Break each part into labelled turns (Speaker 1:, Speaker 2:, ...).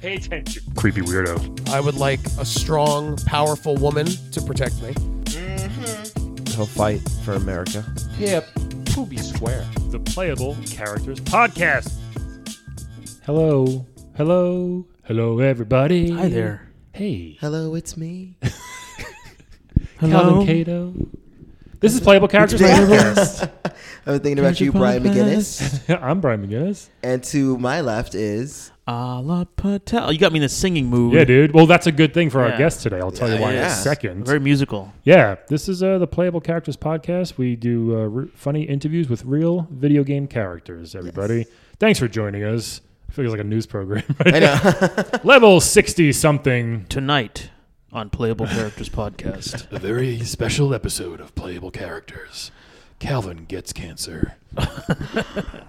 Speaker 1: Pay attention. Creepy weirdo.
Speaker 2: I would like a strong, powerful woman to protect me.
Speaker 3: He'll fight for America.
Speaker 2: Yep. Poopy square.
Speaker 1: The Playable Characters Podcast.
Speaker 4: Hello. Hello. Hello, everybody.
Speaker 5: Hi there.
Speaker 4: Hey.
Speaker 3: Hello, it's me.
Speaker 4: Calvin Cato. This is Playable Characters Podcast.
Speaker 3: I was thinking about you, Brian McGinnis.
Speaker 4: I'm Brian McGinnis.
Speaker 3: And to my left is
Speaker 5: Ala Patel. You got me in a singing mood.
Speaker 4: Yeah, dude. Well, that's a good thing for
Speaker 5: Yeah.
Speaker 4: our guest today. I'll tell you why in
Speaker 3: Yeah.
Speaker 4: a second.
Speaker 5: Very musical.
Speaker 4: yeah, this is uh, the Playable Characters Podcast. We do uh, re- funny interviews with real video game characters, everybody. Thanks for joining us. Feels like a news program. Right?
Speaker 3: I know.
Speaker 4: Level 60 something.
Speaker 5: Tonight on Playable Characters Podcast.
Speaker 6: A very special episode of Playable Characters. Calvin gets cancer.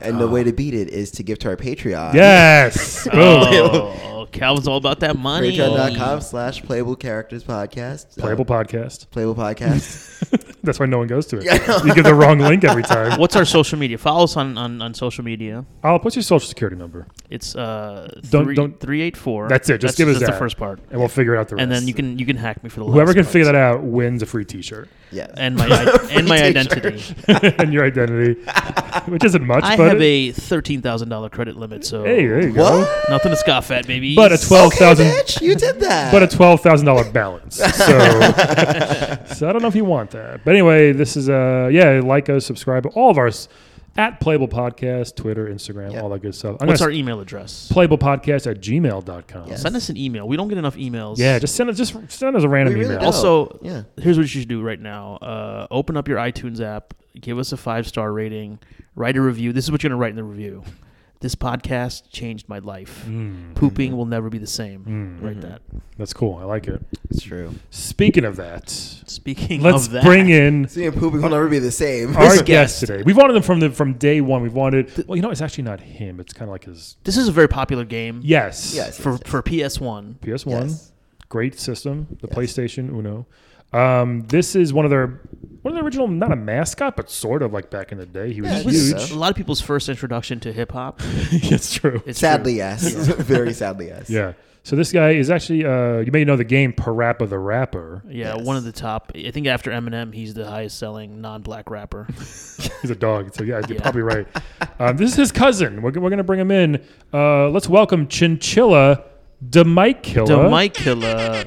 Speaker 3: and the way to beat it is to give to our Patreon.
Speaker 4: Yes. Boom.
Speaker 5: oh, Calvin's all about that money.
Speaker 3: Patreon.com slash playable characters podcast. Uh,
Speaker 4: Playable Podcast.
Speaker 3: playable podcast.
Speaker 4: That's why no one goes to it. you get the wrong link every time.
Speaker 5: What's our social media? Follow us on, on, on social media.
Speaker 4: Al, what's your social security number?
Speaker 5: It's uh
Speaker 4: Don't-
Speaker 5: three,
Speaker 4: don't-
Speaker 5: 384.
Speaker 4: That's it. Just give us
Speaker 5: that's
Speaker 4: that.
Speaker 5: the first part.
Speaker 4: And we'll figure out the rest.
Speaker 5: And then you can you can hack me for the
Speaker 4: Whoever
Speaker 5: last
Speaker 4: can
Speaker 5: part.
Speaker 4: figure that out wins a free T-shirt
Speaker 3: yes.
Speaker 5: and my i- and my
Speaker 3: Free
Speaker 5: identity.
Speaker 4: and your identity, which isn't much.
Speaker 5: I
Speaker 4: but
Speaker 5: have
Speaker 4: it-
Speaker 5: a thirteen thousand dollar credit limit, so
Speaker 4: hey, there you go.
Speaker 3: what?
Speaker 5: nothing to scoff at, baby.
Speaker 4: But a twelve thousand,
Speaker 3: Bitch, you did that.
Speaker 4: but a twelve thousand dollar balance. So, so I don't know if you want that. But anyway, this is uh yeah, like us, subscribe, all of our s- at Playable Podcast, Twitter, Instagram,
Speaker 3: Yeah.
Speaker 4: all that good stuff. I'm
Speaker 5: What's our e-
Speaker 4: gonna s-
Speaker 5: email address?
Speaker 4: PlayablePodcast at gmail.com.
Speaker 3: Yes.
Speaker 5: Send us an email. We don't get enough emails.
Speaker 4: Yeah, just send us just send us a random
Speaker 3: We really
Speaker 4: email.
Speaker 3: don't.
Speaker 5: Also,
Speaker 3: Yeah.
Speaker 5: here's what you should do right now. Uh, open up your iTunes app, give us a five star rating, write a review. This is what you're gonna write in the review. This podcast changed my life.
Speaker 4: Mm.
Speaker 5: Pooping will never be the same.
Speaker 3: Mm-hmm.
Speaker 5: Write that.
Speaker 4: That's cool. I like it.
Speaker 3: it's true.
Speaker 4: Speaking of that,
Speaker 5: Speaking
Speaker 4: let's
Speaker 5: of that,
Speaker 4: bring in
Speaker 3: Seeing pooping will never be the same.
Speaker 4: our
Speaker 5: guest.
Speaker 4: guest. today. We've wanted him from the from day one. We've wanted. Well, you know, it's actually not him. It's kind of like his.
Speaker 5: This is a very popular game.
Speaker 4: Yes.
Speaker 3: Yes.
Speaker 5: For for PS One.
Speaker 4: PS One,
Speaker 3: Yes.
Speaker 4: great system. The PlayStation Uno. Um, this is one of their one of the original, not a mascot, but sort of like back in the day. He was
Speaker 3: Yeah, uh, I
Speaker 5: It was
Speaker 4: huge.
Speaker 3: guess
Speaker 5: A lot of people's first introduction to hip hop.
Speaker 4: it's true.
Speaker 5: It's
Speaker 3: Sadly,
Speaker 5: true.
Speaker 3: yes. Very sadly, yes.
Speaker 4: yeah. So this guy is actually. Uh, you may know the game Parappa the Rapper.
Speaker 5: Yeah,
Speaker 3: Yes.
Speaker 5: one of the top. I think after Eminem, he's the highest selling non black rapper.
Speaker 4: He's a dog. So yeah, you're
Speaker 5: Yeah.
Speaker 4: probably right. Um, this is his cousin. We're, g- we're gonna bring him in. Uh, let's welcome Chinchilla. Demike Killer.
Speaker 5: The Mike Killer.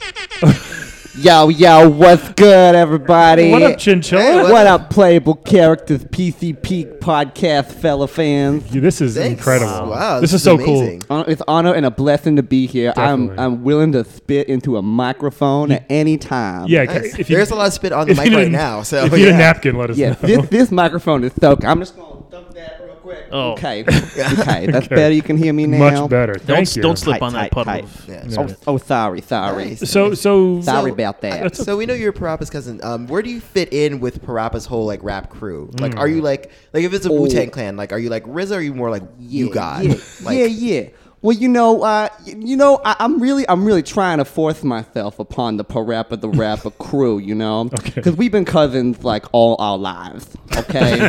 Speaker 7: Yo, yo, what's good, everybody?
Speaker 4: What up, Chinchilla?
Speaker 7: What, up, playable characters, PC Peak podcast fella fans?
Speaker 4: Yeah, this is
Speaker 3: Thanks.
Speaker 4: incredible.
Speaker 3: Wow,
Speaker 4: this,
Speaker 3: this
Speaker 4: is,
Speaker 3: is
Speaker 4: so
Speaker 3: amazing.
Speaker 4: cool.
Speaker 7: Hon- It's honor and a blessing to be here.
Speaker 4: Definitely.
Speaker 7: I'm I'm willing to spit into a microphone at any time.
Speaker 4: Yeah,
Speaker 3: Nice.
Speaker 4: if you,
Speaker 3: There's a lot of spit on the
Speaker 4: if
Speaker 3: mic
Speaker 4: you need
Speaker 3: right
Speaker 4: a-
Speaker 3: now. So
Speaker 4: if you need
Speaker 3: yeah.
Speaker 4: a napkin, let us
Speaker 7: yeah.
Speaker 4: know.
Speaker 7: This this microphone is soaked. I'm just gonna dump that real quick.
Speaker 5: Oh.
Speaker 7: Okay, okay, that's better. You can hear me now.
Speaker 4: Much better.
Speaker 5: Don't
Speaker 4: Thank
Speaker 5: s-
Speaker 4: you.
Speaker 5: don't slip
Speaker 7: Tight,
Speaker 5: on
Speaker 7: tight,
Speaker 5: that puddle.
Speaker 7: tight.
Speaker 5: of-
Speaker 3: Yeah.
Speaker 7: Oh, oh, sorry, sorry,
Speaker 3: Nice.
Speaker 4: So so
Speaker 7: sorry
Speaker 3: So-
Speaker 7: about that.
Speaker 3: So we know you're Parappa's cousin. Um, where do you fit in with Parappa's whole like rap crew? Like, are you like like if it's a
Speaker 7: Oh.
Speaker 3: Wu Tang Clan? Like, are you like RZA? Or are you more like you got?
Speaker 7: Yeah,
Speaker 3: like,
Speaker 7: yeah, yeah. Well, you know, uh, y- you know, I, I'm really, I'm really trying to force myself upon the Parappa the Rapper crew, you know,
Speaker 4: Okay.
Speaker 7: because we've been cousins like all our lives, okay?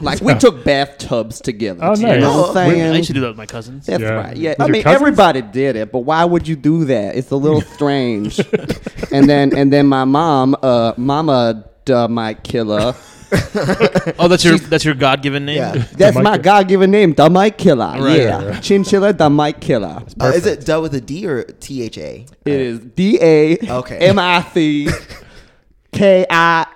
Speaker 7: like we took bathtubs together.
Speaker 4: Oh,
Speaker 7: You know
Speaker 4: nice.
Speaker 7: what I'm saying?
Speaker 5: I used to do that with my cousins.
Speaker 7: That's
Speaker 4: Yeah.
Speaker 7: right. Yeah,
Speaker 4: With
Speaker 7: I
Speaker 4: your
Speaker 7: mean,
Speaker 4: cousins?
Speaker 7: everybody did it, but why would you do that? It's a little strange. and then, and then my mom, uh, Mama Duh Mike Killer.
Speaker 5: Oh, that's your that's your God given name.
Speaker 3: Yeah.
Speaker 7: That's
Speaker 4: The
Speaker 7: my
Speaker 4: Mike-
Speaker 7: God given name, the Mike Killer.
Speaker 5: Right.
Speaker 7: Yeah. Chinchilla, the Mike Killer.
Speaker 3: Uh, is it done with a D or T H A?
Speaker 7: It is D A
Speaker 3: Okay.
Speaker 7: M I C K I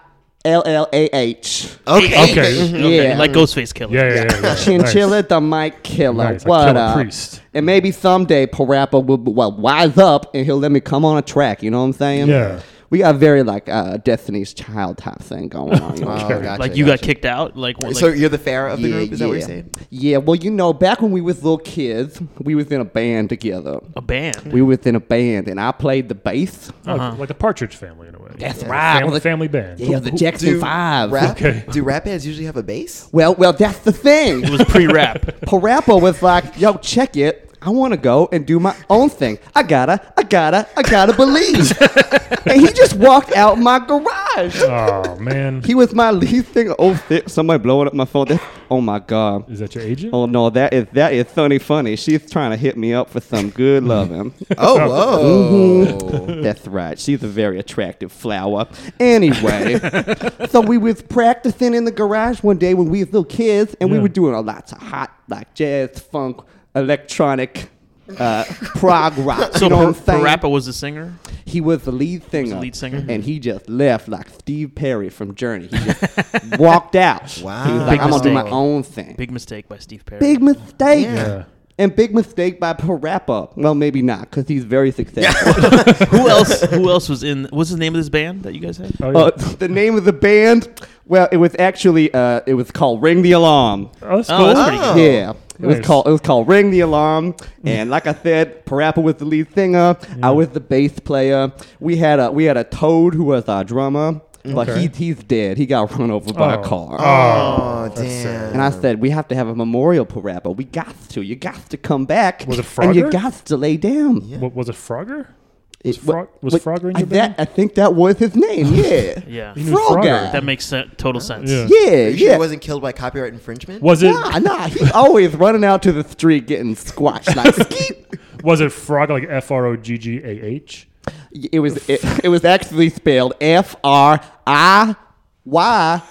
Speaker 7: L L A H.
Speaker 4: Oh,
Speaker 3: Okay.
Speaker 4: Okay.
Speaker 5: Okay,
Speaker 7: Yeah.
Speaker 5: Like Ghostface Killer.
Speaker 4: Yeah, yeah, yeah. yeah.
Speaker 7: Chinchilla, the Mike Killer.
Speaker 4: Nice, like
Speaker 7: What
Speaker 4: Killer
Speaker 7: up?
Speaker 4: Priest.
Speaker 7: And maybe someday Parappa will well, wise up and he'll let me come on a track. You know what I'm saying?
Speaker 4: Yeah.
Speaker 7: We got very like uh, Destiny's Child type thing going on. you know?
Speaker 3: Oh,
Speaker 4: Okay.
Speaker 3: gotcha,
Speaker 5: Like you got
Speaker 3: gotcha.
Speaker 5: kicked out. Like, one- like
Speaker 3: so you're the Pharaoh of the group. Is that what
Speaker 7: yeah.
Speaker 3: you're saying?
Speaker 7: Yeah, well, you know, back when we was little kids, we was in a band together.
Speaker 5: a band.
Speaker 7: We was in a band, and I played the bass.
Speaker 4: Nice. Oh, like the Partridge Family in a way.
Speaker 7: That's
Speaker 4: Like a
Speaker 7: right.
Speaker 4: Family,
Speaker 7: Well, the-
Speaker 4: family band.
Speaker 7: Yeah, the Jackson Five.
Speaker 3: Rap,
Speaker 4: Okay.
Speaker 3: Do rap bands usually have a bass?
Speaker 7: Well, well, that's the thing.
Speaker 5: It was pre-rap.
Speaker 7: Parappa was like, "Yo, check it. I want to go and do my own thing. I gotta, I gotta, I gotta believe. and he just walked out my garage.
Speaker 4: Oh man,
Speaker 7: He was my lead thing. Oh, th- somebody blowing up my phone. That- oh my god.
Speaker 4: is that your agent?
Speaker 7: Oh no, that is that is funny, funny. She's trying to hit me up for some good loving.
Speaker 3: Oh, whoa.
Speaker 7: That's right. She's a very attractive flower. Anyway, so we was practicing in the garage one day when we was little kids, and we
Speaker 4: Yeah.
Speaker 7: were doing a lots of hot, like jazz, funk, electronic, uh, prog rock.
Speaker 5: So
Speaker 7: you know
Speaker 5: Par-
Speaker 7: what I'm saying?
Speaker 5: Parappa was the singer.
Speaker 7: He was the lead singer.
Speaker 5: lead singer?
Speaker 7: And he just left like Steve Perry from Journey. He just walked out.
Speaker 3: Wow.
Speaker 7: He was like,
Speaker 5: Big
Speaker 7: I'm going to do my
Speaker 5: mistake.
Speaker 7: own thing. Big,
Speaker 5: Big mistake by Steve Perry.
Speaker 7: mistake.
Speaker 4: Yeah.
Speaker 7: And big mistake by Parappa. Well, maybe not, because he's very successful.
Speaker 5: who else? Who else was in? What's the name of this band that you guys had?
Speaker 4: Oh, yeah.
Speaker 7: Uh, the name of the band, well, it was actually, uh, it was called Ring the Alarm.
Speaker 4: Oh, that's
Speaker 5: oh,
Speaker 4: cool.
Speaker 7: uh,
Speaker 5: that's pretty
Speaker 3: Oh.
Speaker 7: Yeah. It was
Speaker 4: Nice.
Speaker 7: called it was called Ring the Alarm. And like I said, Parappa was the lead singer. I was the bass player. We had a we had a toad who was our drummer. But he, he's dead. He got run over by
Speaker 4: Oh.
Speaker 7: a car.
Speaker 3: Oh, damn.
Speaker 7: And I said, we have to have a memorial Parappa. We got to. You got to come back.
Speaker 4: Was it
Speaker 7: And you
Speaker 4: Frogger?
Speaker 7: got to lay down.
Speaker 4: What, was it Frogger?
Speaker 7: It-
Speaker 4: Was, Frog, was
Speaker 7: wait,
Speaker 4: Frogger in
Speaker 7: I,
Speaker 4: your band?
Speaker 7: that, I think that was his name. Yeah.
Speaker 5: Yeah,
Speaker 4: You knew
Speaker 7: Frogger.
Speaker 5: that makes sen- total sense.
Speaker 4: Yeah.
Speaker 7: Yeah,
Speaker 3: Are you sure
Speaker 7: yeah.
Speaker 3: he wasn't killed by copyright infringement?
Speaker 4: Was it
Speaker 7: Nah, nah. He's always running out to the street getting squashed like skeet.
Speaker 4: was it Frog like F R O G G A H?
Speaker 7: It was it, it was actually spelled F R I Y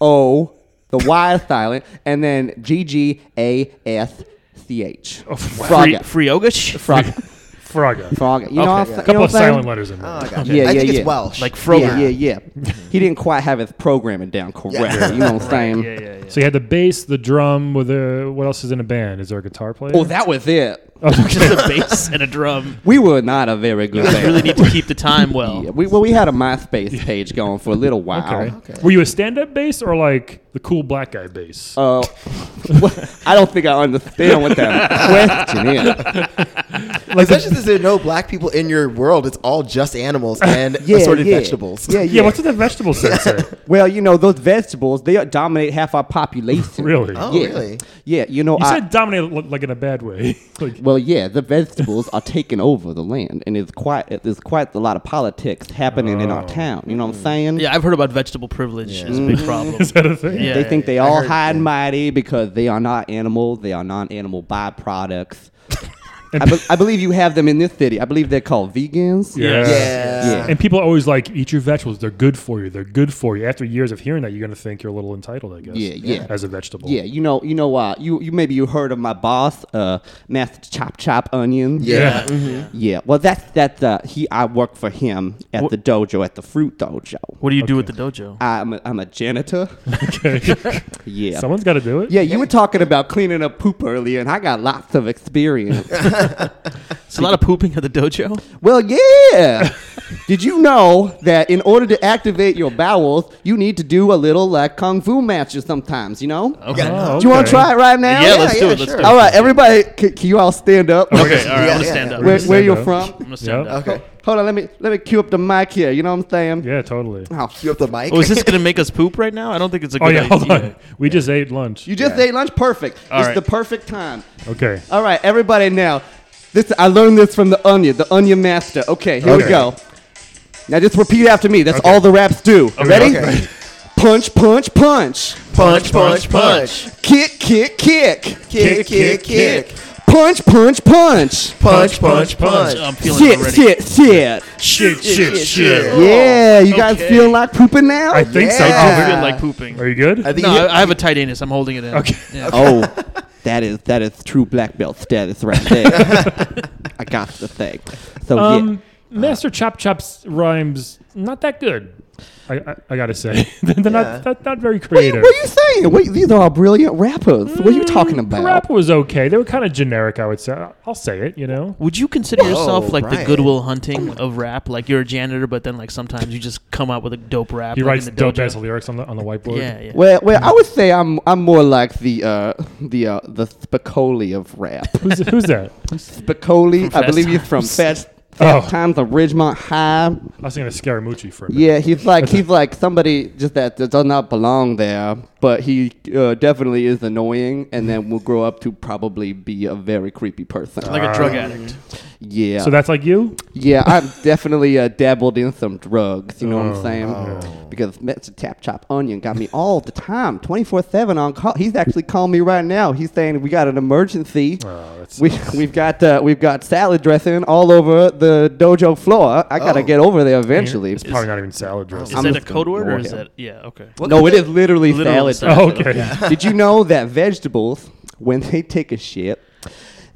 Speaker 7: O. The Y is silent, and then G G A S C H.
Speaker 5: Oh, Free,
Speaker 7: Frog.
Speaker 5: free yoga? Sh-
Speaker 7: Frog.
Speaker 4: Frogger. A
Speaker 7: Frog. You know, what I'm sa- you know
Speaker 4: couple
Speaker 7: what
Speaker 4: of
Speaker 7: I'm saying?
Speaker 4: silent letters in there.
Speaker 3: Oh, I gotcha.
Speaker 7: Yeah,
Speaker 3: I
Speaker 7: yeah,
Speaker 3: think
Speaker 7: yeah.
Speaker 3: it's Welsh.
Speaker 5: like Frogger.
Speaker 7: Yeah, yeah, yeah. He didn't quite have his programming down correctly. You know what I'm saying?
Speaker 5: yeah, yeah, yeah.
Speaker 4: So you had the bass, the drum, with the what else is in a band? Is there a guitar player?
Speaker 7: Oh, that was it.
Speaker 5: Just a bass and a drum.
Speaker 7: We were not a very good band.
Speaker 5: Really need to keep the time well.
Speaker 7: Yeah, we, well, we had a MySpace page going for a little while.
Speaker 4: okay. Were you a stand-up bass or like the cool black guy bass?
Speaker 7: Uh, what- I don't think I understand what that question is.
Speaker 3: Especially since there are no black people in your world. It's all just animals and assorted vegetables.
Speaker 7: Yeah,
Speaker 4: yeah,
Speaker 7: yeah.
Speaker 4: what's with that vegetable sensor?
Speaker 7: well, you know, those vegetables, they dominate half our population.
Speaker 4: really?
Speaker 3: Oh,
Speaker 7: Yeah.
Speaker 3: really?
Speaker 7: Yeah, you know,
Speaker 4: You
Speaker 7: I,
Speaker 4: said dominate li- like in a bad way. like,
Speaker 7: well, yeah, the vegetables are taking over the land, and it's quite, there's quite a lot of politics happening in our
Speaker 4: Oh.
Speaker 7: town. You know what I'm
Speaker 4: Mm.
Speaker 7: saying?
Speaker 5: Yeah, I've heard about vegetable privilege is a big problem.
Speaker 4: is that a thing?
Speaker 5: Yeah.
Speaker 7: They think they all high and mighty because they are not animals. They are non-animal byproducts. I, be- I believe you have them in this city. I believe they're called vegans.
Speaker 4: Yeah.
Speaker 3: Yeah.
Speaker 7: Yeah.
Speaker 4: And people are always like, eat your vegetables. They're good for you. They're good for you. After years of hearing that, you're going to think you're a little entitled, I guess.
Speaker 7: Yeah, yeah.
Speaker 4: As a vegetable.
Speaker 7: Yeah, you know, you know why? You you maybe you heard of my boss, uh, Master Chop Chop Onion.
Speaker 3: Yeah.
Speaker 5: Mm-hmm.
Speaker 7: yeah. Well, that's that. Uh, he I work for him at
Speaker 5: What-
Speaker 7: the dojo at the fruit dojo.
Speaker 5: What do you do with the dojo?
Speaker 7: I'm a, I'm a janitor.
Speaker 4: Okay.
Speaker 7: Yeah.
Speaker 4: Someone's got to do it.
Speaker 7: yeah, you were talking about cleaning up poop earlier, and I got lots of experience.
Speaker 5: It's a lot of pooping at the dojo.
Speaker 7: Well, yeah. Did you know that in order to activate your bowels, you need to do a little like kung fu matches sometimes, you know?
Speaker 5: Okay.
Speaker 4: Oh,
Speaker 7: Do you want
Speaker 4: okay.
Speaker 7: to try it right now?
Speaker 5: Yeah, let's do it. Let's do it.
Speaker 7: All right, everybody, can, can you all stand up?
Speaker 5: Okay, all right. I'm
Speaker 3: Yeah,
Speaker 5: gonna
Speaker 3: yeah,
Speaker 5: stand
Speaker 3: yeah.
Speaker 5: up.
Speaker 7: Where,
Speaker 4: Stand
Speaker 7: where you're
Speaker 4: up.
Speaker 5: I'm
Speaker 7: from?
Speaker 5: gonna stand
Speaker 4: Yep.
Speaker 5: up.
Speaker 3: Okay.
Speaker 7: Hold on, let me let me cue up the mic here. You know what I'm saying?
Speaker 4: Yeah, totally.
Speaker 7: Oh,
Speaker 3: You have the mic.
Speaker 5: Oh, is this gonna make us poop right now? I don't think it's a
Speaker 4: Oh,
Speaker 5: good
Speaker 4: yeah. Hold
Speaker 5: idea.
Speaker 4: on. We just ate lunch.
Speaker 7: you just ate lunch. Perfect.
Speaker 5: All
Speaker 7: it's
Speaker 5: right.
Speaker 7: the perfect time.
Speaker 4: Okay.
Speaker 7: All right, everybody now. This I learned this from the Onion, the Onion Master. Okay, here
Speaker 4: Okay.
Speaker 7: we go. Now just repeat after me. That's all the raps do. Ready?
Speaker 3: okay.
Speaker 7: Punch, punch, punch.
Speaker 3: punch, punch, punch,
Speaker 7: Kick, kick, kick.
Speaker 3: kick, kick, kick,
Speaker 7: Punch, punch, punch.
Speaker 3: punch, punch,
Speaker 5: I'm
Speaker 3: punch.
Speaker 5: feeling it
Speaker 7: Shit,
Speaker 5: already.
Speaker 7: shit, shit.
Speaker 4: Shit, shit, shit.
Speaker 7: Yeah, you guys
Speaker 5: okay.
Speaker 7: feel like pooping now?
Speaker 4: I think
Speaker 5: I
Speaker 4: so,
Speaker 5: feel
Speaker 3: Yeah.
Speaker 5: Oh, like pooping.
Speaker 4: too. Are you good?
Speaker 3: I think
Speaker 5: No,
Speaker 3: you-
Speaker 5: I, I have a tight anus. I'm holding it in.
Speaker 4: Okay.
Speaker 5: Yeah.
Speaker 7: Oh, that is that is true black belt status right there. I got the thing. So yeah.
Speaker 4: um, Master Chop Chop's rhymes, not that good. I, I, I got to say. They're not, not, not very creative.
Speaker 7: What are you saying? Wait, these are brilliant rappers. What are you talking
Speaker 4: The
Speaker 7: about?
Speaker 4: Mm, rap was okay. They were kind of generic, I would say. I'll say it, you know?
Speaker 5: Would you consider yourself
Speaker 3: Whoa,
Speaker 5: like the
Speaker 3: Brian.
Speaker 5: Goodwill Hunting of rap? Like you're a janitor, but then like sometimes you just come out with a dope rap.
Speaker 4: He
Speaker 5: like,
Speaker 4: writes
Speaker 5: in the
Speaker 4: dope
Speaker 5: dojo?
Speaker 4: ass lyrics on the, on the whiteboard.
Speaker 5: Yeah, yeah.
Speaker 7: Well, well,
Speaker 4: Mm.
Speaker 7: I would say I'm I'm more like the uh, the uh, the Spicoli of rap.
Speaker 4: Who's, who's that?
Speaker 7: Spicoli, I
Speaker 5: Fast
Speaker 7: believe he's from
Speaker 5: Times.
Speaker 7: Fast That
Speaker 4: Oh.
Speaker 7: time the Ridgemont High.
Speaker 4: I was thinking of Scaramucci for a minute.
Speaker 7: Yeah, he's like he's like somebody just that, that does not belong there, but he uh, definitely is annoying, and then will grow up to probably be a very creepy person.
Speaker 5: Like a
Speaker 4: Um,
Speaker 5: drug addict.
Speaker 7: yeah,
Speaker 4: So that's like you?
Speaker 7: yeah, I'm definitely uh, dabbled in some drugs. You know what I'm saying? Because Mr. Tap Chop Onion got me all the time, 24 seven on call. He's actually calling me right now. He's saying we got an emergency.
Speaker 4: Oh, Uh, that's
Speaker 7: we we've got uh, we've got salad dressing all over the dojo floor. I gotta
Speaker 3: Oh.
Speaker 7: get over there eventually.
Speaker 4: It's probably not even salad dressing.
Speaker 5: Is
Speaker 7: I'm
Speaker 5: that a
Speaker 7: just
Speaker 5: code word or
Speaker 7: ignore
Speaker 5: is
Speaker 7: him.
Speaker 5: that yeah, okay.
Speaker 7: no, it is literally
Speaker 5: Literally
Speaker 7: salad.
Speaker 5: salad.
Speaker 4: Oh, okay.
Speaker 7: Did you know that vegetables, when they take a shit,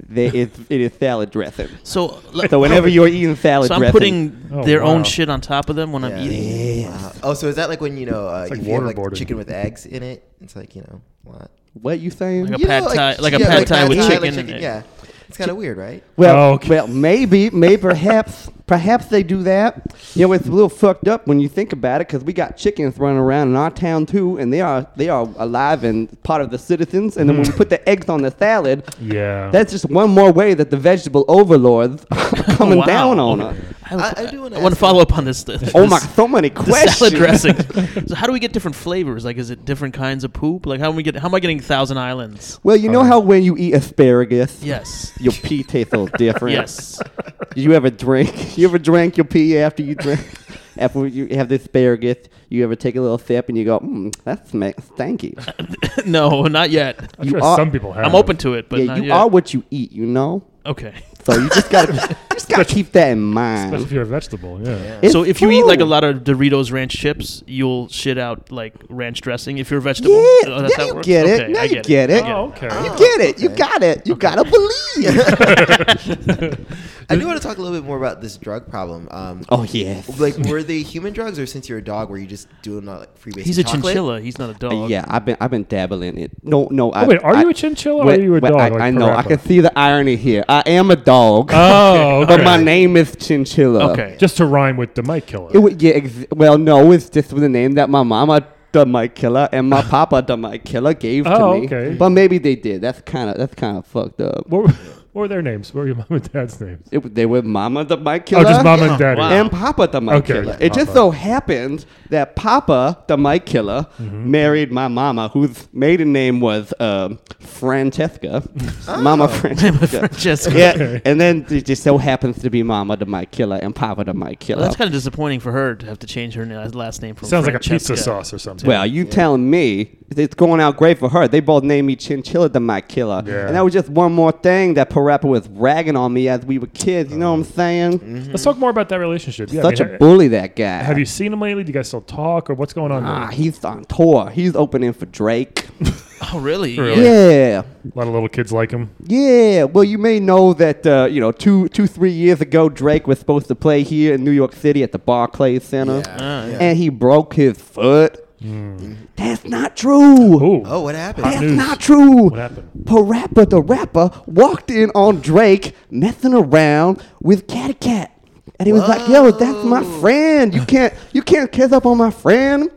Speaker 7: they it, it is salad dressing.
Speaker 5: So le-
Speaker 7: So whenever you're eating salad
Speaker 5: so I'm
Speaker 7: dressing,
Speaker 5: putting
Speaker 4: Oh,
Speaker 5: their
Speaker 4: wow.
Speaker 5: own shit on top of them when I'm
Speaker 3: Yeah.
Speaker 5: eating.
Speaker 3: Wow. Oh, so is that like when you know uh,
Speaker 4: like
Speaker 3: if you have like
Speaker 4: waterboarding.
Speaker 3: chicken with eggs in it? It's like you know what?
Speaker 7: what you saying?
Speaker 5: Like a
Speaker 3: You know,
Speaker 5: pad thai- like a
Speaker 3: yeah,
Speaker 5: pad thai with
Speaker 3: like
Speaker 5: chicken in it.
Speaker 3: Yeah, it's kind of weird, right?
Speaker 7: Well,
Speaker 4: Oh, okay.
Speaker 7: well, maybe, maybe, perhaps, perhaps they do that. You know, it's a little fucked up when you think about it, because we got chickens running around in our town too, and they are they are alive and part of the citizens. And then when we put the eggs on the salad,
Speaker 4: Yeah.
Speaker 7: that's just one more way that the vegetable overlords are coming
Speaker 5: Wow.
Speaker 7: down on us.
Speaker 5: I,
Speaker 3: I- I do wanna
Speaker 5: want to
Speaker 3: ask
Speaker 5: follow up on this. this
Speaker 7: Oh my, so many
Speaker 5: The
Speaker 7: questions.
Speaker 5: salad dressing. so how do we get different flavors? Like, is it different kinds of poop? Like, how am we get? How am I getting Thousand Islands?
Speaker 7: Well, you know how when you eat asparagus,
Speaker 5: Yes.
Speaker 7: your pee tastes a little different.
Speaker 5: Yes.
Speaker 7: You ever drink? You ever drank your pee after you drink? After you have the asparagus, you ever take a little sip and you go, mm, that smells stanky.
Speaker 5: no, not yet.
Speaker 4: I'm sure
Speaker 7: are-
Speaker 4: some people have.
Speaker 5: I'm open to it, but
Speaker 7: yeah,
Speaker 5: not
Speaker 7: you
Speaker 5: yet.
Speaker 7: are what you eat, you know.
Speaker 5: okay.
Speaker 7: So you just gotta, you just gotta keep that in mind.
Speaker 4: Especially if you're a vegetable, yeah.
Speaker 7: It's
Speaker 5: so if you eat like a
Speaker 7: food.
Speaker 5: lot of Doritos ranch chips, you'll shit out like ranch dressing. If you're a vegetable,
Speaker 7: yeah,
Speaker 5: Oh, that's
Speaker 7: now
Speaker 5: how it
Speaker 7: you
Speaker 5: works?
Speaker 7: get it.
Speaker 5: Okay,
Speaker 7: now
Speaker 5: I
Speaker 7: you
Speaker 5: get
Speaker 7: get, it.
Speaker 4: Oh, okay.
Speaker 7: You get it. You
Speaker 3: okay.
Speaker 7: got it. You gotta believe.
Speaker 3: I do want to talk a little bit more about this drug problem. Um,
Speaker 7: oh yes.
Speaker 3: like were they human drugs or since you're a dog, were you just doing uh, like freebase?
Speaker 5: He's a
Speaker 3: chocolate?
Speaker 5: chinchilla. He's not a dog.
Speaker 7: Yeah, I've been I've been dabbling it. No, no. I,
Speaker 4: Oh, wait, are
Speaker 7: I-
Speaker 4: you a chinchilla or are you a dog,
Speaker 7: I,
Speaker 4: like
Speaker 7: I know. I
Speaker 4: Parappa?
Speaker 7: can see the irony here. I am a dog,
Speaker 4: Oh, okay.
Speaker 7: but my name is Chinchilla.
Speaker 5: Okay.
Speaker 4: Just to rhyme with the mic killer.
Speaker 7: It would, yeah. Ex- well, no, it's just the name that my mama, the Mike Killer, and my papa, the Mike Killer, gave
Speaker 4: Oh,
Speaker 7: to me.
Speaker 4: okay.
Speaker 7: But maybe they did. That's kind of that's kind of fucked up.
Speaker 4: what, were, what were their names? What were your mom and dad's names?
Speaker 7: It, was- they were mama, the Mike
Speaker 4: Oh,
Speaker 7: Killer.
Speaker 4: just mom and daddy.
Speaker 5: wow.
Speaker 7: And Papa the Mike
Speaker 4: Okay,
Speaker 7: Killer.
Speaker 4: just
Speaker 7: It just so happened that Papa the Mike Killer
Speaker 4: Mm-hmm.
Speaker 7: married my mama, whose maiden name was um Francesca. Mama Francesca.
Speaker 5: Francesca.
Speaker 7: Yeah, and then it just so happens to be Mama the Mike Killer and Papa the Mike Killer.
Speaker 5: Well,
Speaker 7: Well,
Speaker 5: that's kind of disappointing for her to have to change her na- last name from
Speaker 4: Sounds like a pizza
Speaker 5: Francesca.
Speaker 4: sauce or something.
Speaker 7: you telling me it's going out great for her? They both named me Chinchilla the Mike Killer,
Speaker 4: Yeah.
Speaker 7: and that was just one more thing that Parappa was ragging on me as we were kids. You know what I'm
Speaker 4: Uh-huh.
Speaker 7: saying?
Speaker 4: Let's talk more about that relationship. Yeah, I
Speaker 7: Such
Speaker 4: mean,
Speaker 7: a bully that guy.
Speaker 4: Have you seen him lately? Do you guys still talk or what's going on?
Speaker 7: Ah, he's on tour. He's opening for Drake.
Speaker 5: Oh, really?
Speaker 4: Really?
Speaker 5: Yeah.
Speaker 7: Yeah,
Speaker 4: a lot of little kids like him.
Speaker 7: yeah. Well, you may know that uh, you know two, two, three years ago, Drake was supposed to play here in New York City at the Barclays Center,
Speaker 3: Yeah. yeah.
Speaker 7: and he broke his foot.
Speaker 4: Mm.
Speaker 7: That's not true.
Speaker 4: Ooh.
Speaker 3: Oh, what happened?
Speaker 7: That's
Speaker 4: news.
Speaker 7: not true.
Speaker 4: What happened?
Speaker 7: Parappa the rapper walked in on Drake messing around with Catty Cat. And he was like, yo, that's my friend. You can't you can't kiss up on my friend.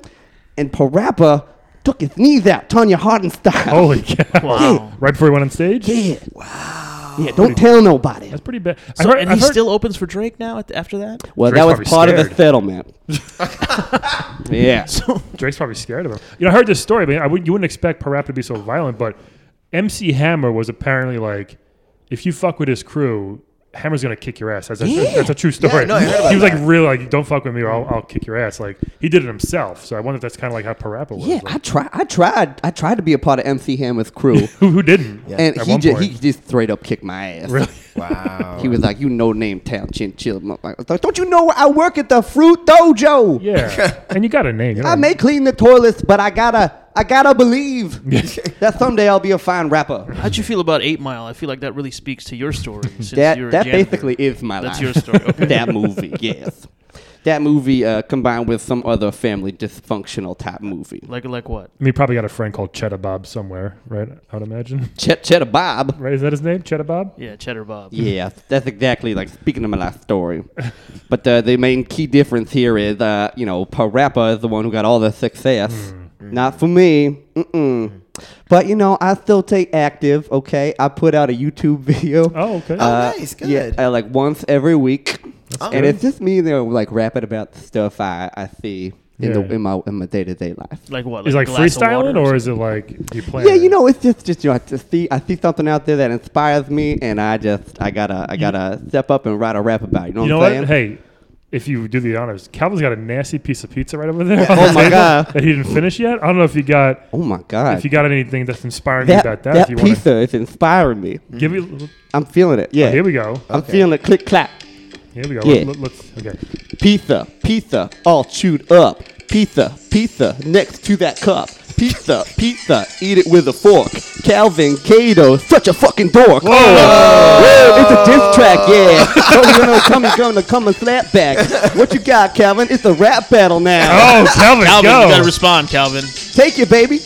Speaker 7: And Parappa took his knees out, Tanya Hardin style.
Speaker 4: Holy cow.
Speaker 5: Wow.
Speaker 4: Right before he went on stage?
Speaker 7: Yeah. Wow. Yeah, don't tell nobody.
Speaker 4: That's pretty bad. I
Speaker 5: So,
Speaker 4: heard-
Speaker 5: and
Speaker 4: I
Speaker 5: he
Speaker 4: heard-
Speaker 5: still opens for Drake now at- after that?
Speaker 7: Well,
Speaker 4: Drake's
Speaker 7: that
Speaker 4: probably
Speaker 7: was part of the
Speaker 4: scared.
Speaker 7: settlement. yeah.
Speaker 4: Drake's probably scared of him. You know, I heard this story, but I would, you wouldn't expect Parappa to be so violent, but MC Hammer was apparently like, if you fuck with his crew, Hammer's gonna kick your ass. That's a, that's a true story.
Speaker 3: no, I heard about
Speaker 4: he was like
Speaker 3: that.
Speaker 4: real, like, don't fuck with me or I'll, I'll kick your ass. Like he did it himself. So I wonder if that's kind of like how Parappa was.
Speaker 7: Yeah,
Speaker 4: Like,
Speaker 7: I tried I tried I tried to be a part of MC Hammer's crew.
Speaker 4: who, who didn't?
Speaker 7: And
Speaker 4: At
Speaker 7: he
Speaker 4: one
Speaker 7: just,
Speaker 4: point.
Speaker 7: he just straight up kicked my ass.
Speaker 4: Really?
Speaker 3: Wow.
Speaker 7: He was like, "You no name town chinchilla." motherfucker." Like, Don't you know I work at the fruit dojo?
Speaker 4: Yeah. and you got a name. You know?
Speaker 7: I may clean the toilets, but I gotta, I gotta believe that someday I'll be a fine rapper.
Speaker 5: How'd you feel about Eight Mile? I feel like that really speaks to your story. Since
Speaker 7: That
Speaker 5: you're a
Speaker 7: that
Speaker 5: janitor.
Speaker 7: basically is my
Speaker 5: That's your
Speaker 7: life.
Speaker 5: story, okay.
Speaker 7: that movie, yes. That movie uh, combined with some other family dysfunctional type movie.
Speaker 5: Like, like
Speaker 4: I
Speaker 5: what?
Speaker 4: mean, he probably got a friend called Cheddar Bob somewhere, right? I would imagine.
Speaker 7: Chet Cheddar Bob.
Speaker 4: Right? Is that his name? Cheddar Bob?
Speaker 5: Yeah, Cheddar Bob.
Speaker 7: Yeah, that's exactly like speaking of my life story. But uh, the main key difference here is, uh, you know, Parappa is the one who got all the success.
Speaker 4: Mm-hmm.
Speaker 7: Not for me. Mm-mm. But, you know, I still take active, okay? I put out a YouTube video. Uh,
Speaker 4: Oh, okay.
Speaker 3: Oh, nice. Good.
Speaker 7: Yeah, uh, like once every week. and it's just me, you know, like rapping about the stuff I, I see in
Speaker 4: Yeah.
Speaker 7: the in my in my day to day life.
Speaker 5: Like what?
Speaker 4: Is it like
Speaker 5: a glass of water
Speaker 4: freestyling or is it like do you plan?
Speaker 7: Yeah, you know, it's just just you know, I just see I see something out there that inspires me, and I just I gotta I gotta step up and write a rap about. It, you know
Speaker 4: You know
Speaker 7: what I'm
Speaker 4: what?
Speaker 7: saying?
Speaker 4: Hey, if you do the honors, Calvin's got a nasty piece of pizza right over there.
Speaker 7: oh my God.
Speaker 4: That he didn't finish yet. I don't know if you got
Speaker 7: Oh my god!
Speaker 4: if you got anything that's inspiring you
Speaker 7: that
Speaker 4: about
Speaker 7: that,
Speaker 4: that. if you
Speaker 7: pizza is inspiring me.
Speaker 4: Wanna, give me. a little-
Speaker 7: I'm feeling it. Yeah,
Speaker 4: Oh, Here we go.
Speaker 7: I'm feeling it. Click clack.
Speaker 4: Here we go.
Speaker 7: Yeah.
Speaker 4: Let, us okay.
Speaker 7: Pizza, pizza, all chewed up. Pizza, pizza, next to that cup. Pizza, pizza, eat it with a fork. Calvin Cato, such a fucking dork. Whoa. it's a diss track, yeah. oh, you know, coming, coming, coming, slap back. What you got, Calvin? It's a rap battle now.
Speaker 4: Oh, Calvin,
Speaker 5: Calvin,
Speaker 4: go.
Speaker 5: you gotta respond, Calvin.
Speaker 7: Take it, baby.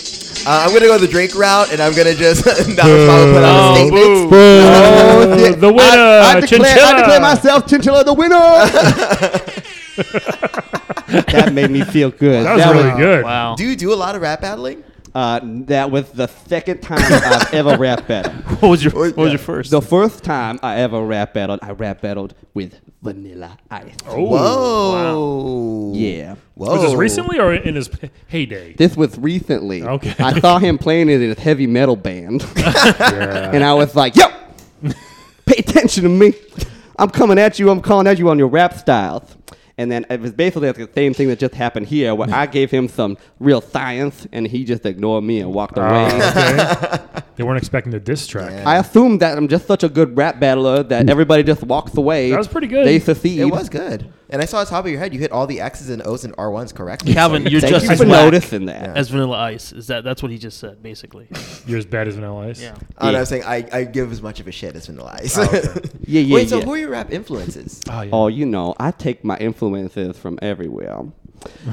Speaker 3: Uh, I'm gonna go the Drake route, and I'm gonna just not respond put out
Speaker 5: Oh,
Speaker 3: a statement.
Speaker 5: boo.
Speaker 7: Oh, yeah.
Speaker 4: Uh, the winner,
Speaker 7: I, I, declare, I
Speaker 4: Chinchilla.
Speaker 7: declare myself Chinchilla the winner. that made me feel good.
Speaker 4: that was really good.
Speaker 5: Wow.
Speaker 3: Do you do a lot of rap battling?
Speaker 7: Uh, that was the second time I've ever rap battled.
Speaker 5: what was your What was your first?
Speaker 7: The first time I ever rap battled, I rap battled with Vanilla Ice.
Speaker 4: Oh,
Speaker 3: Whoa.
Speaker 7: Yeah.
Speaker 3: Whoa.
Speaker 4: Was this recently or in his p- heyday?
Speaker 7: Oh. This was recently.
Speaker 4: Okay.
Speaker 7: I saw him playing it in a heavy metal band. And I was like, yo, pay attention to me. I'm coming at you. I'm calling at you on your rap styles. And then it was basically like the same thing that just happened here, where I gave him some real science, and he just ignored me and walked away.
Speaker 4: Ah, okay. they weren't expecting the diss track.
Speaker 7: I assume that I'm just such a good rap battler that everybody just walks away.
Speaker 4: That was pretty good.
Speaker 7: They succeed.
Speaker 3: It was good. And I saw on top of your head, you hit all the X's and O's and R1s correctly.
Speaker 5: Calvin, you're
Speaker 7: Thank
Speaker 5: just
Speaker 7: you
Speaker 5: as
Speaker 7: for
Speaker 5: whack
Speaker 7: noticing that.
Speaker 5: as Vanilla Ice. Is that that's what he just said, basically?
Speaker 4: You're as bad as Vanilla Ice.
Speaker 5: Yeah.
Speaker 3: Oh, no,
Speaker 7: Yeah. Oh,
Speaker 3: I was saying I, I give as much of a shit as Vanilla Ice.
Speaker 7: Yeah, yeah,
Speaker 3: Wait, so
Speaker 7: yeah.
Speaker 3: who are your rap influences?
Speaker 4: Oh, yeah.
Speaker 7: Oh, you know, I take my influences from everywhere,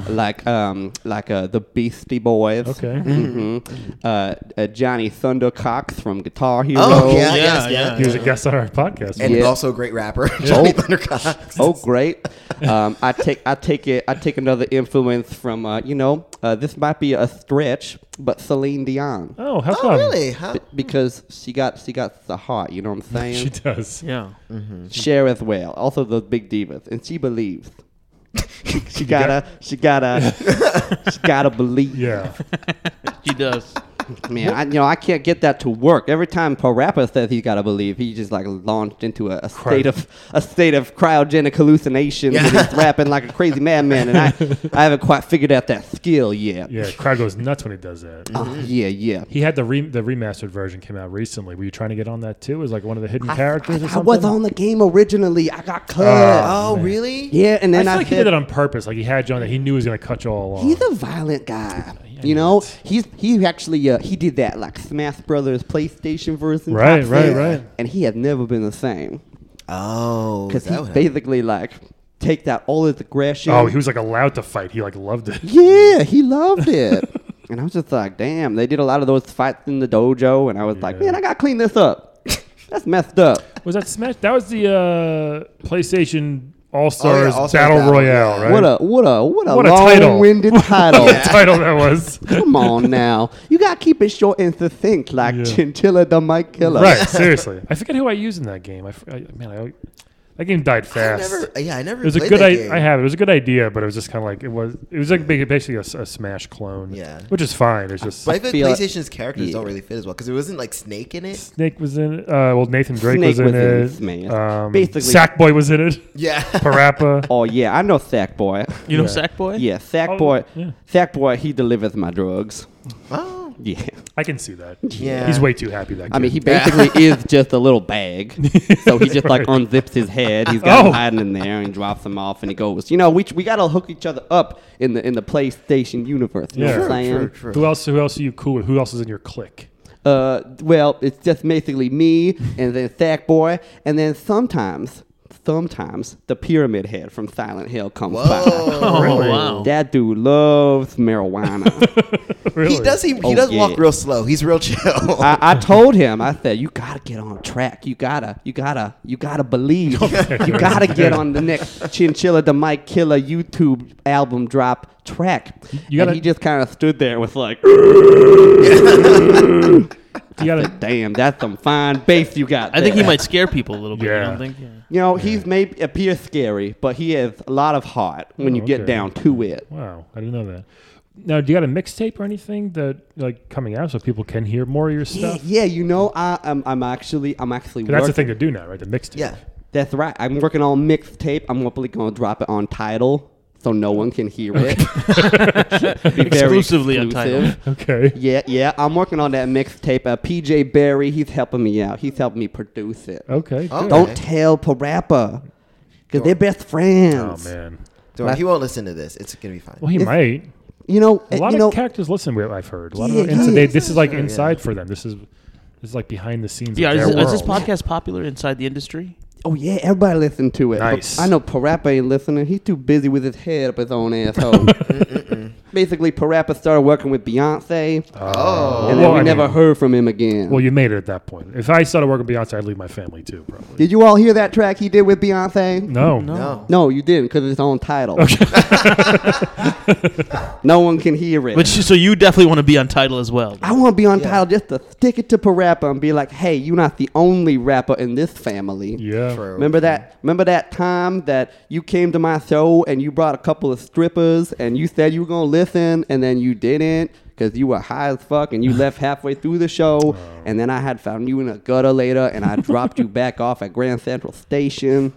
Speaker 7: like um, like uh, the Beastie Boys.
Speaker 4: Okay.
Speaker 7: hmm Uh, uh, Johnny Thundercox from Guitar Hero.
Speaker 3: Oh, yeah, yes,
Speaker 5: yeah,
Speaker 3: yeah.
Speaker 5: yeah.
Speaker 4: He was a guest on our podcast.
Speaker 3: And
Speaker 7: Yeah.
Speaker 3: also a great rapper, Johnny Thundercox.
Speaker 7: Oh, great. Um, I take I take it I take another influence from uh, you know uh, this might be a stretch, but Celine Dion.
Speaker 4: oh, how
Speaker 3: Oh,
Speaker 4: come?
Speaker 3: really? Huh?
Speaker 7: B- because she got she got the heart, you know what I'm saying?
Speaker 4: She does.
Speaker 5: Yeah.
Speaker 7: Cher as well, also the big divas, and she believes. she, she gotta, she gotta, she gotta believe.
Speaker 4: Yeah.
Speaker 5: He does.
Speaker 7: Man, I, you know I can't get that to work. Every time Parappa says he's gotta believe, he just like launched into a, a state of a state of cryogenic hallucinations, and he's rapping like a crazy madman. And I, I haven't quite figured out that skill yet.
Speaker 4: Yeah. Crowd goes nuts when he does that.
Speaker 7: Ah, yeah, yeah.
Speaker 4: He had the re- the remastered version came out recently. Were you trying to get on that too? Is like one of the hidden
Speaker 7: I-
Speaker 4: characters
Speaker 7: I,
Speaker 4: or
Speaker 7: I
Speaker 4: something? Ah,
Speaker 7: was on the game originally. I got cut.
Speaker 3: Oh, really?
Speaker 7: yeah, and
Speaker 4: I
Speaker 7: then
Speaker 4: feel
Speaker 7: I,
Speaker 4: like he
Speaker 7: said-
Speaker 4: did that on purpose. Like he had John that he knew he was going to cut you all along.
Speaker 7: He's a violent guy. You know, he's he actually uh, he did that like Smash Brothers PlayStation version.
Speaker 4: Right,
Speaker 7: type
Speaker 4: right,
Speaker 7: thing,
Speaker 4: right.
Speaker 7: And he has never been the same
Speaker 3: Oh,
Speaker 7: because
Speaker 3: is that
Speaker 7: he
Speaker 3: what happened?
Speaker 7: basically like take out all his aggression.
Speaker 4: oh, he was like allowed to fight. He like loved it.
Speaker 7: yeah, he loved it. and I was just like, damn, they did a lot of those fights in the dojo, and I was like, man, I gotta clean this up. That's messed up.
Speaker 4: Was that Smash? That was the uh, PlayStation All Stars
Speaker 3: All-Stars
Speaker 4: Battle,
Speaker 3: Battle,
Speaker 4: Royale,
Speaker 3: yeah.
Speaker 4: right?
Speaker 7: What a what a what a
Speaker 4: What a title.
Speaker 7: long-winded title.
Speaker 4: What a title that was.
Speaker 7: Come on now, you gotta keep it short and succinct, like
Speaker 4: Yeah.
Speaker 7: Chinchilla the Mike Killer.
Speaker 4: right, seriously. I forget who I used in that game. I, f- I- man, I, that game died
Speaker 3: I
Speaker 4: fast.
Speaker 3: never, yeah, I never
Speaker 4: it was a
Speaker 3: played
Speaker 4: good.
Speaker 3: that
Speaker 4: I,
Speaker 3: game.
Speaker 4: I have. It was a good idea, but it was just kind of like it was. It was like big- basically a, s- a Smash clone.
Speaker 3: Yeah.
Speaker 4: which is fine. It's just
Speaker 3: But I feel
Speaker 7: feel
Speaker 3: like
Speaker 7: like-
Speaker 3: PlayStation's characters don't
Speaker 7: Yeah.
Speaker 3: really fit as well because it wasn't like Snake in it.
Speaker 4: Snake was in. it. Uh, well, Nathan Drake
Speaker 7: Snake
Speaker 4: was in
Speaker 7: was in
Speaker 4: it.
Speaker 7: Smash.
Speaker 4: Um,
Speaker 7: Basically-
Speaker 4: Sackboy was in it.
Speaker 3: Yeah.
Speaker 4: Parappa.
Speaker 7: Oh yeah, I know Sackboy.
Speaker 5: You know
Speaker 4: Yeah.
Speaker 5: Sackboy?
Speaker 7: Yeah,
Speaker 4: Oh,
Speaker 7: Sackboy.
Speaker 4: yeah.
Speaker 7: Sackboy, he delivers my drugs.
Speaker 3: oh.
Speaker 7: Yeah.
Speaker 4: I can see that.
Speaker 3: Yeah.
Speaker 4: he's way too happy. That
Speaker 7: I mean, he
Speaker 4: kid.
Speaker 7: basically is just a little bag. So he just like unzips his head. He's got
Speaker 4: Oh.
Speaker 7: him hiding in there and drops him off, and he goes, you know, we, we gotta hook each other up in the in the PlayStation universe. You know
Speaker 4: Yeah.
Speaker 7: what I'm saying?
Speaker 3: True, true.
Speaker 4: Who else? Who else are you cool with? Who else is in your clique?
Speaker 7: Uh, well, it's just basically me and then Sackboy, and then sometimes, sometimes the Pyramid Head from Silent Hill comes by.
Speaker 5: Oh,
Speaker 3: Whoa.
Speaker 5: wow.
Speaker 7: That dude loves marijuana.
Speaker 4: Really?
Speaker 3: He does. He, he
Speaker 7: Oh,
Speaker 3: does
Speaker 7: yeah.
Speaker 3: walk real slow. He's real chill.
Speaker 7: I,
Speaker 4: Oh.
Speaker 7: I told him, I said, you gotta get on track. You gotta, you gotta, you gotta believe. you gotta get on the next Chinchilla the Mike Killer YouTube album drop track.
Speaker 4: You gotta-
Speaker 7: and he just kind of stood there with like,
Speaker 4: You gotta,
Speaker 7: Damn, that's some fine beef you got.
Speaker 5: I think he
Speaker 7: there.
Speaker 5: might scare people a little bit.
Speaker 4: Yeah.
Speaker 5: You don't think? Yeah.
Speaker 7: You know, he's may appear scary, but he has a lot of heart when you get
Speaker 4: Oh, okay.
Speaker 7: down to it.
Speaker 4: wow, I didn't know that. Now, do you got a mixtape or anything that like coming out so people can hear more of your
Speaker 7: Yeah,
Speaker 4: stuff?
Speaker 7: yeah, you know, I, I'm, I'm actually, I'm actually.
Speaker 4: 'Cause that's the thing
Speaker 7: working-
Speaker 4: to do now, right? The mixtape.
Speaker 3: Yeah.
Speaker 7: That's right. I'm working on mixtape. I'm probably gonna drop it on title so no one can hear it. Be very
Speaker 5: Exclusively on Tidal.
Speaker 7: exclusive.
Speaker 4: Okay.
Speaker 7: Yeah, yeah. I'm working on that mixtape. Uh, PJ Barry, he's helping me out. He's helping me produce it.
Speaker 4: Okay.
Speaker 3: Oh.
Speaker 4: good.
Speaker 7: Don't tell Parappa, because they're best
Speaker 4: Oh
Speaker 7: friends.
Speaker 4: man.
Speaker 3: Don't- he won't listen to this. It's gonna be fine.
Speaker 4: Well, he
Speaker 7: If-
Speaker 4: might.
Speaker 7: You know, eh,
Speaker 4: A lot
Speaker 7: you
Speaker 4: of
Speaker 7: know,
Speaker 4: characters listen. we- I've heard. A lot
Speaker 7: Yeah,
Speaker 4: of ins-
Speaker 7: yeah.
Speaker 4: they, this is like inside for them. This is this is like behind the scenes.
Speaker 5: Yeah,
Speaker 4: of
Speaker 5: is,
Speaker 4: their
Speaker 5: is this
Speaker 4: world.
Speaker 5: podcast popular inside the industry?
Speaker 7: oh yeah, everybody listen to it. But
Speaker 4: Nice.
Speaker 7: I know Parappa ain't listening. He's too busy with his head up his own asshole. Basically, Parappa started working with Beyonce,
Speaker 3: Oh,
Speaker 7: and then
Speaker 4: Well,
Speaker 7: we
Speaker 4: I
Speaker 7: never
Speaker 4: mean-
Speaker 7: heard from him again.
Speaker 4: Well, you made it at that point. If I started working Beyonce, I'd leave my family too, probably.
Speaker 7: Did you all hear that track he did with Beyonce?
Speaker 4: No.
Speaker 3: no.
Speaker 7: No, you didn't, because it's on title. no one can hear it.
Speaker 5: But so you definitely want to be on title as well.
Speaker 7: I want to be on
Speaker 3: Yeah.
Speaker 7: title just to stick it to Parappa and be like, hey, you're not the only rapper in this family.
Speaker 4: Yeah.
Speaker 3: True.
Speaker 7: Remember that? Remember that time that you came to my show and you brought a couple of strippers and you said you were gonna listen and then you didn't because you were high as fuck and you left halfway through the show and then I had found you in a gutter later and I dropped you back off at Grand Central Station.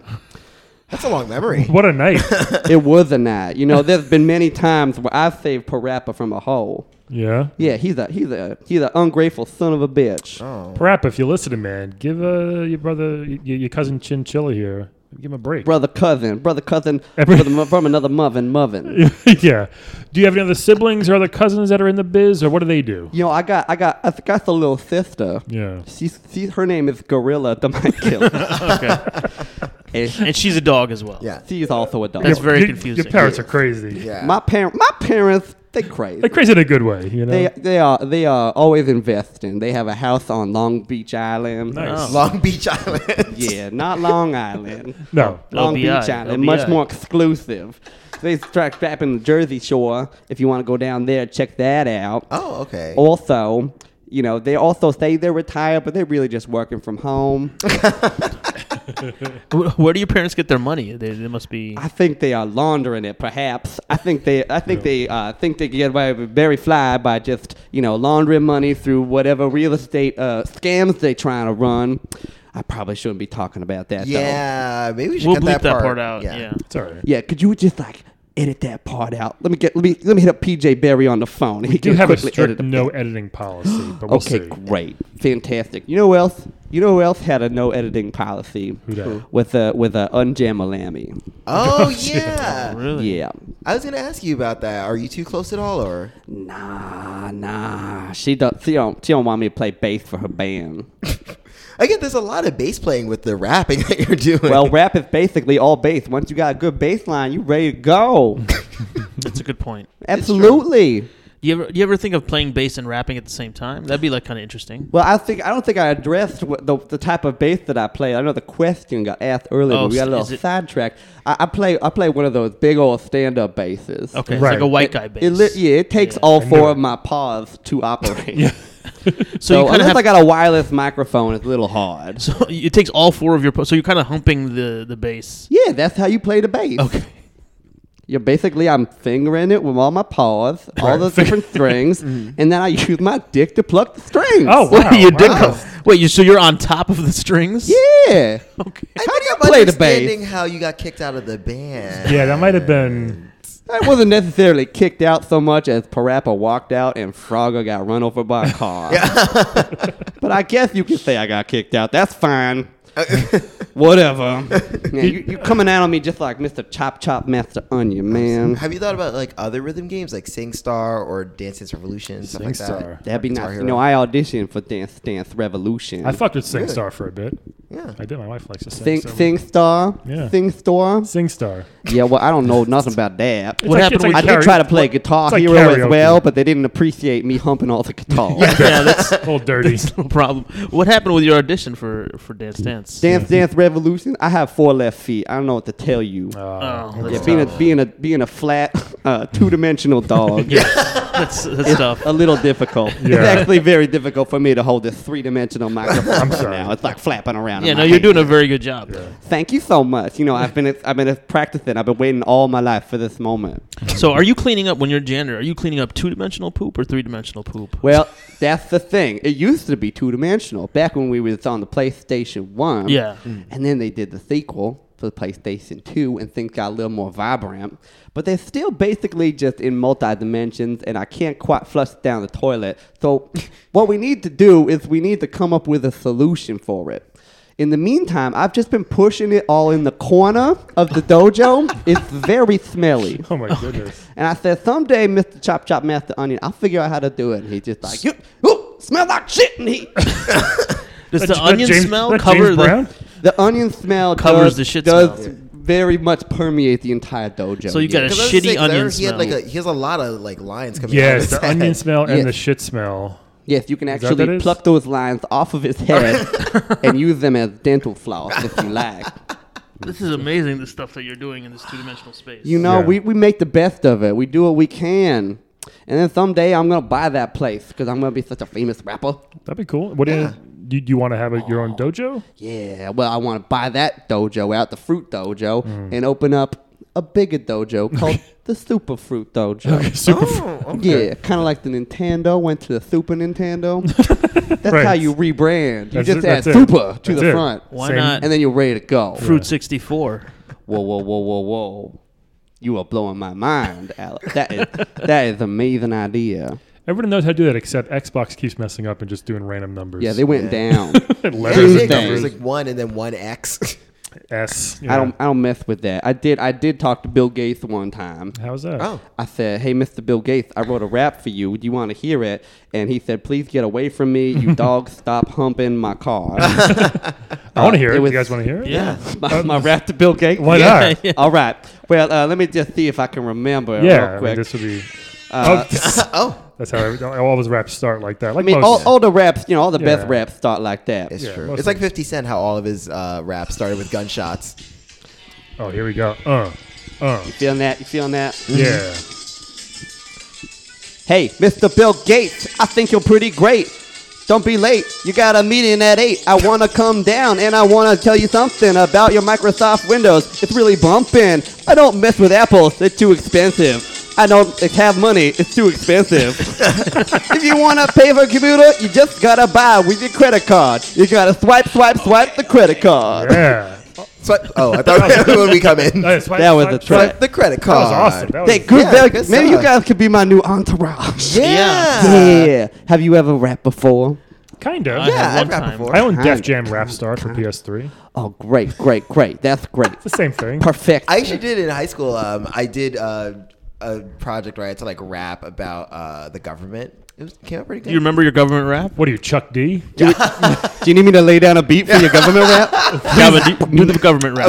Speaker 3: That's a long memory.
Speaker 4: What a night.
Speaker 7: It was a night. You know, there's been many times where I've saved Parappa from a hole.
Speaker 4: yeah.
Speaker 7: Yeah, he's a he's a he's an ungrateful son of a bitch.
Speaker 3: Oh.
Speaker 4: Parappa, if you're listening, man, give uh, your brother, your, your cousin Chinchilla here, give him a break.
Speaker 7: Brother cousin, brother cousin
Speaker 4: Every-
Speaker 7: from, the- from another mother, mother.
Speaker 4: yeah. Do you have any other siblings or other cousins that are in the biz, or what do they do?
Speaker 7: You know, I got, I got, I got the little sister.
Speaker 4: Yeah.
Speaker 7: She's, she, her name is Gorilla the Mind Killer.
Speaker 5: Okay.
Speaker 7: and
Speaker 5: and she's a dog as well.
Speaker 3: Yeah.
Speaker 7: she's also a dog.
Speaker 5: That's very
Speaker 4: Your-
Speaker 5: confusing.
Speaker 4: Your parents are crazy.
Speaker 3: Yeah.
Speaker 7: my parent, my parents, they crazy.
Speaker 4: They're crazy in a good way, you know?
Speaker 7: They, they are, they are always investing. They have a house on Long Beach Island.
Speaker 5: Oh.
Speaker 4: nice.
Speaker 3: Long Beach Island.
Speaker 7: Oh. Yeah, not Long Island.
Speaker 4: No.
Speaker 7: Long
Speaker 5: LBI,
Speaker 7: Beach Island, much
Speaker 5: LBI.
Speaker 7: more exclusive. They start strapping the Jersey Shore. If you want to go down there, check that out.
Speaker 3: Oh, okay.
Speaker 7: Also, you know, they also say they're retired, but they're really just working from home.
Speaker 5: Wh- Where do your parents get their money? They, they must be.
Speaker 7: I think they are laundering it, perhaps. I think they, I think they, uh, think they get away with very fly by just, you know, laundering money through whatever real estate uh, scams they trying to run. I probably shouldn't be talking about that. though.
Speaker 3: Yeah, maybe we should
Speaker 5: We'll
Speaker 3: cut that,
Speaker 5: bleep that part, out. Yeah.
Speaker 4: It's all right.
Speaker 7: yeah. Could you just like edit that part out? Let me get, let me, let me hit up PJ Barry on the phone. We
Speaker 4: Do you have a strict no editing policy, but we'll see.
Speaker 7: okay, great, fantastic. You know who else? You know who else had a no editing policy?
Speaker 4: Who dat?
Speaker 7: With a with a unjamalami.
Speaker 3: Oh yeah.
Speaker 5: Really?
Speaker 7: Yeah.
Speaker 3: I was gonna ask you about that. Are you too close at all, or
Speaker 7: Nah, nah. She don't. She don't. She don't want me to play bass for her band.
Speaker 3: I get there's a lot of bass playing with the rapping that you're doing.
Speaker 7: Well, rap is basically all bass. Once you got a good bass line, you ready to go.
Speaker 5: That's a good point.
Speaker 7: Absolutely.
Speaker 5: Do you ever do you ever think of playing bass and rapping at the same time? That'd be like kind of interesting.
Speaker 7: Well, I think I don't think I addressed what the, the type of bass that I play. I know the question got asked earlier,
Speaker 5: Oh,
Speaker 7: but we got a
Speaker 5: so
Speaker 7: little
Speaker 5: is it-
Speaker 7: sidetracked. I, I play I play one of those big old stand up basses.
Speaker 5: Okay, it's
Speaker 4: Right.
Speaker 5: like a white
Speaker 7: It-
Speaker 5: guy bass.
Speaker 7: It, li- yeah, it takes all
Speaker 4: I knew
Speaker 7: four
Speaker 4: it.
Speaker 7: of my paws to operate.
Speaker 5: So,
Speaker 7: So,
Speaker 5: you kind of
Speaker 7: unless
Speaker 5: have.
Speaker 7: I got a wireless microphone, it's a little hard.
Speaker 5: so it takes all four of your. po- So you're kind of humping the the bass.
Speaker 7: Yeah, that's how you play the bass.
Speaker 5: Okay.
Speaker 7: You're basically I'm fingering it with all my paws, all those different strings,
Speaker 5: Mm-hmm.
Speaker 7: and then I use my dick to pluck the strings.
Speaker 4: Oh, wow.
Speaker 5: Wait, you did
Speaker 4: wow.
Speaker 5: come- Wait, you so you're on top of the strings?
Speaker 7: yeah.
Speaker 5: Okay.
Speaker 3: I
Speaker 7: How do you
Speaker 3: think I'm
Speaker 7: play the
Speaker 3: understanding
Speaker 7: bass?
Speaker 3: how you got kicked out of the band.
Speaker 4: Yeah, that might have been.
Speaker 7: I wasn't necessarily kicked out so much as Parappa walked out and Frogger got run over by a car. but I guess you could say I got kicked out. That's fine. Whatever. Yeah, you, you coming out on me just like Mr. Chop Chop Master Onion, man.
Speaker 3: Have you thought about like other rhythm games like Sing Star or Dance Dance Revolution, stuff like
Speaker 4: SingStar.
Speaker 3: that?
Speaker 7: That'd be
Speaker 3: Guitar
Speaker 7: nice. You
Speaker 3: Hero.
Speaker 7: know, I auditioned for Dance Dance Revolution.
Speaker 4: I fucked with SingStar for a bit.
Speaker 3: yeah.
Speaker 4: I did. My wife likes to sing.
Speaker 7: Sing,
Speaker 4: so-
Speaker 7: sing Star?
Speaker 4: Yeah.
Speaker 7: Sing Star?
Speaker 4: SingStar.
Speaker 7: Yeah, well, I don't know nothing about that.
Speaker 5: What happened
Speaker 4: with
Speaker 5: with-
Speaker 7: I did try to play Guitar
Speaker 4: like
Speaker 7: Hero as
Speaker 4: karaoke.
Speaker 7: well, but they didn't appreciate me humping all the guitars.
Speaker 5: Yeah, that's
Speaker 4: a little dirty.
Speaker 5: no problem. What happened with your audition for for Dance Dance?
Speaker 7: Dance
Speaker 4: Mm-hmm.
Speaker 7: Dance Revolution, I have four left feet. I don't know what to tell you.
Speaker 4: Oh,
Speaker 5: Oh,
Speaker 4: okay.
Speaker 5: that's
Speaker 7: yeah, being a being a being a flat uh, two-dimensional dog.
Speaker 5: That's, that's tough.
Speaker 7: A little difficult.
Speaker 4: Yeah.
Speaker 7: It's actually very difficult for me to hold this three-dimensional microphone
Speaker 4: I'm
Speaker 7: right
Speaker 4: sorry.
Speaker 7: now. It's like flapping around.
Speaker 5: Yeah,
Speaker 7: in
Speaker 5: no,
Speaker 7: my
Speaker 5: you're
Speaker 7: hand.
Speaker 5: doing a very good job.
Speaker 7: Thank you so much. You know, I've been I've been practicing. I've been waiting all my life for this moment.
Speaker 5: So, are you cleaning up when you're a janitor? Are you cleaning up two dimensional poop or three dimensional poop?
Speaker 7: Well, that's the thing. It used to be two-dimensional back when we was on the PlayStation One.
Speaker 5: Yeah.
Speaker 7: And then they did the sequel for the PlayStation 2, and things got a little more vibrant. But they're still basically just in multi dimensions, and I can't quite flush it down the toilet. So, what we need to do is we need to come up with a solution for it. In the meantime, I've just been pushing it all in the corner of the dojo. it's very smelly.
Speaker 4: Oh my goodness.
Speaker 7: And I said, someday, Mr. Chop Chop Master Onion, I'll figure out how to do it. And he's just like, you, ooh, smell like shit. And he,
Speaker 5: Does
Speaker 4: That-
Speaker 5: the
Speaker 4: that
Speaker 5: onion
Speaker 4: James-
Speaker 5: smell
Speaker 4: that
Speaker 5: cover
Speaker 4: James
Speaker 5: the?
Speaker 4: Brown?
Speaker 7: the onion smell
Speaker 5: Covers
Speaker 7: does,
Speaker 5: the shit
Speaker 7: does
Speaker 5: smell.
Speaker 7: very much permeate the entire dojo.
Speaker 5: So you got a
Speaker 3: Because I was gonna
Speaker 5: shitty
Speaker 3: say, 'cause I
Speaker 5: onion
Speaker 3: heard He had
Speaker 5: smell.
Speaker 3: like a, he has a lot of like lines coming. out of
Speaker 4: Yes,
Speaker 3: his
Speaker 4: the
Speaker 3: head.
Speaker 4: onion smell and
Speaker 7: Yes.
Speaker 4: the shit smell.
Speaker 7: Yes, you can
Speaker 4: that what that
Speaker 7: actually
Speaker 4: is?
Speaker 7: pluck those lines off of his head and use them as dental floss if you like.
Speaker 5: This is amazing. The stuff that you're doing in this two dimensional space.
Speaker 7: You know,
Speaker 4: Yeah.
Speaker 7: we, we make the best of it. We do what we can. And then someday I'm going to buy that place because I'm going to be such a famous rapper.
Speaker 4: That'd be cool. What do you- you, you want to have a, your
Speaker 7: Oh.
Speaker 4: own dojo?
Speaker 7: Yeah, well, I want to buy that dojo out, the fruit dojo,
Speaker 4: Mm.
Speaker 7: and open up a bigger dojo called the Super Fruit Dojo.
Speaker 4: Super.
Speaker 7: Yeah, kind of like the Nintendo went to the Super Nintendo. that's
Speaker 4: Right.
Speaker 7: how you rebrand. You
Speaker 4: That's
Speaker 7: just
Speaker 4: it-
Speaker 7: add
Speaker 4: that's it.
Speaker 7: Super to
Speaker 4: That's
Speaker 7: the
Speaker 4: it.
Speaker 7: front,
Speaker 5: Why
Speaker 4: Same.
Speaker 5: not
Speaker 7: and then you're ready to go.
Speaker 5: Fruit 64?
Speaker 7: whoa, whoa, whoa, whoa, whoa. You are blowing my mind, Alex. That is that is amazing idea.
Speaker 4: Everyone knows how to do that except Xbox keeps messing up and just doing random numbers.
Speaker 7: Yeah, they went down.
Speaker 3: Yeah,
Speaker 4: letters
Speaker 3: there's
Speaker 4: and
Speaker 7: Tuesday.
Speaker 4: numbers.
Speaker 3: like one and then one X.
Speaker 4: S.
Speaker 7: I don't I don't mess with that. I did I did talk to Bill Gates one time.
Speaker 4: How's that?
Speaker 3: Oh.
Speaker 7: I said, "Hey, Mr. Bill Gates, I wrote a rap for you. Do you want to hear it?" And he said, "Please get away from me, you dog! Stop humping my car."
Speaker 4: I want to hear
Speaker 7: Uh, it
Speaker 4: it.
Speaker 7: was-
Speaker 4: you guys want to hear it?
Speaker 5: Yeah.
Speaker 7: my, my rap to Bill Gates.
Speaker 4: Why
Speaker 5: Yeah,
Speaker 4: not?
Speaker 5: yeah.
Speaker 7: All right. Well, uh, let me just see if I can remember. it
Speaker 4: Yeah, I
Speaker 7: real
Speaker 4: mean,
Speaker 7: quick. Uh,
Speaker 4: this would be. oh,
Speaker 3: oh,
Speaker 4: that's how every- all of his raps start like that. Like
Speaker 7: I mean, all,
Speaker 4: most.
Speaker 7: all the raps, you know, all the best
Speaker 4: Yeah.
Speaker 7: raps start like that.
Speaker 3: it's true.
Speaker 4: most
Speaker 3: It's like 50 Cent how all of his uh, rap started with gunshots.
Speaker 4: oh, here we go. Uh, uh,
Speaker 7: Feeling that? You feeling that?
Speaker 4: yeah.
Speaker 7: Hey, Mr. Bill Gates, I think you're pretty great. Don't be late. You got a meeting at 8. I want to come down and I want to tell you something about your Microsoft Windows. It's really bumping. I don't mess with Apple, they're too expensive. I don't have money, it's too expensive. if you want to pay for a computer, you just got to buy with your credit card. You got to swipe, swipe, swipe the credit card.
Speaker 4: Yeah.
Speaker 3: So oh, I thought when we come in,
Speaker 4: That, is swipe,
Speaker 7: That was
Speaker 4: swipe,
Speaker 7: a
Speaker 4: swipe.
Speaker 7: track.
Speaker 3: Swipe the credit
Speaker 4: That
Speaker 3: card.
Speaker 4: was awesome. That was
Speaker 7: They good.
Speaker 3: Yeah,
Speaker 7: they're-
Speaker 3: good
Speaker 7: maybe you
Speaker 3: stuff.
Speaker 7: guys could be my new entourage.
Speaker 3: Yeah.
Speaker 7: yeah. Have you ever rapped before?
Speaker 4: kind of.
Speaker 5: I
Speaker 3: Yeah, I've
Speaker 5: had one
Speaker 3: rapped
Speaker 5: time.
Speaker 3: before.
Speaker 4: I own Def
Speaker 7: Kind.
Speaker 4: Jam Rap Star for PS3.
Speaker 7: Oh, great, great, great. That's great.
Speaker 4: It's the same thing.
Speaker 7: Perfect.
Speaker 3: I actually did in high school. Um, I did uh, a project where I had to like rap about uh, the government. It was, came out pretty good.
Speaker 5: Do you remember your government rap?
Speaker 4: What are you, Chuck D?
Speaker 7: do you need me to lay down a beat for your government rap?
Speaker 5: Gavin, do, do the government rap.